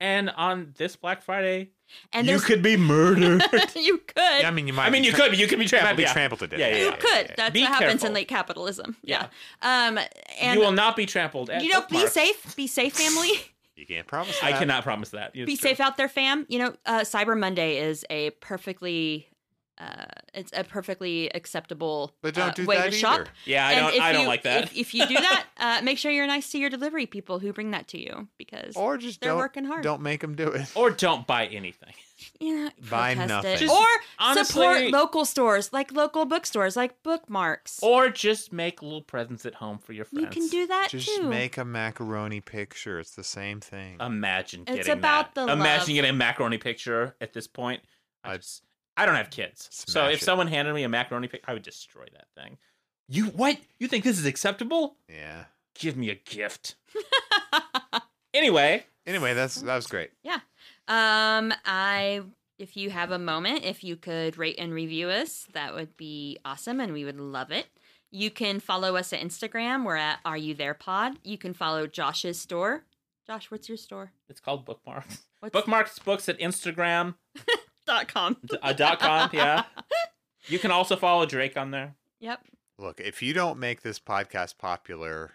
A: and on this Black Friday,
B: and
A: you
B: there's
A: could be
B: *laughs*
A: murdered.
B: you could
C: Yeah, I mean, you might.
A: I mean,
C: be
A: you
C: tra-
A: could, you could be
C: you might
A: trampled.
C: be
A: yeah.
C: trampled to death.
A: Yeah, yeah,
B: you
A: yeah,
B: could. That's
A: Be
B: what happens
A: careful.
B: in late capitalism.
A: Yeah.
B: Yeah. Um, and
A: you will not be trampled. At
B: you know, be
A: Bookmark.
B: safe. Be safe, family.
C: You can't promise.
A: I
C: that.
A: cannot promise that. It's
B: *laughs* be
A: true.
B: safe out there, fam. You know, uh, Cyber Monday is a perfectly, uh, it's a perfectly acceptable
C: But don't
B: uh,
C: do
B: way
C: that
B: to shop.
C: either.
A: Yeah, I
B: And
A: don't.
B: if
A: I don't
B: you-
A: like that.
B: If, if you do that, *laughs* uh, make sure you're nice to your delivery people who bring that to you because
C: Or just
B: they're
C: don't
B: working hard.
C: don't make them do it.
A: or don't buy anything.
B: yeah,
C: Buy
B: protest
C: nothing.
B: it.
C: Just
B: or
A: honestly-
B: support local stores like local bookstores, like bookmarks.
A: Or just make little presents at home for your friends.
B: you can do that
C: Just
B: too.
C: make a macaroni picture. It's the same thing.
A: Um, Imagine
B: It's
A: getting
B: about
A: that.
B: the
A: Imagine
B: love.
A: getting a macaroni picture at this point. I
C: I'd
A: just, I don't have kids, so
C: smash
A: if
C: it.
A: someone handed me a macaroni picture, I would destroy that thing. You what? You think this is acceptable?
C: yeah.
A: Give me a
B: *laughs*
A: gift. anyway,
C: Anyway, that's that was great.
B: Um, I if you have a moment, if you could rate and review us, that would be awesome, and we would love it. You can follow us at Instagram. We're at Are You There Pod. You can follow Josh's store. Josh, what's your store?
A: it's called bookmarks.
B: What's
A: Bookmarks books at Instagram
B: dot com?
A: d- uh, dot com.
B: *laughs*
A: Yeah, you can also follow Drake on there.
B: Yep.
C: Look, if you don't make this podcast popular,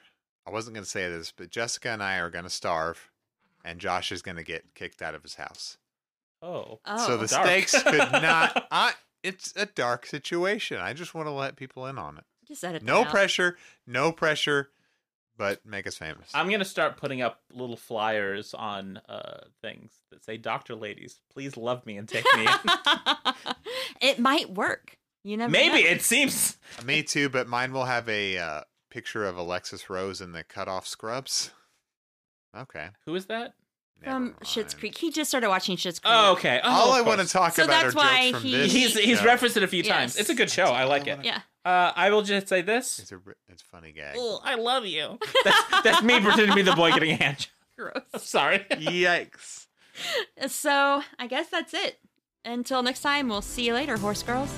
C: I wasn't going to say this, but Jessica and I are going to starve, and Josh is going to get kicked out of his house.
A: Oh,
B: Oh,
C: so the
A: Dark.
C: stakes could
A: *laughs*
C: not. I, it's a dark situation. I just want to let people in on it.
B: just edit that
C: No
B: out.
C: pressure, no pressure, but make us famous.
A: I'm gonna start putting up little flyers on uh, things that say "Doctor Ladies, please love me and take me." in."
B: *laughs* it might work. You *laughs* never
A: Maybe
B: know.
A: it seems.
C: Me too, but mine will have a uh, picture of Alexis Rose in the cutoff scrubs. Okay.
A: Who is that?
C: never
B: from Schitt's
C: mind.
B: Creek. He just started watching Schitt's Creek.
A: Oh, okay. Oh,
C: All
A: of
C: I want to
A: course.
C: talk
B: So
C: about
B: that's
C: are
B: why
C: jokes from
B: he-
C: this.
A: He's he's
C: show.
A: referenced it a few
B: Yes.
A: times. It's a good show. I like it.
B: yeah.
A: Uh, I will just say this.
B: *laughs*
C: It's a, re- it's a funny gag.
A: Ugh, I love you. That's, that's me pretending to be the boy getting a hand job. *laughs* I'm
B: Gross. *laughs*
A: Sorry.
C: Yikes.
B: So I guess that's it. Until next time, we'll see you later, horse girls.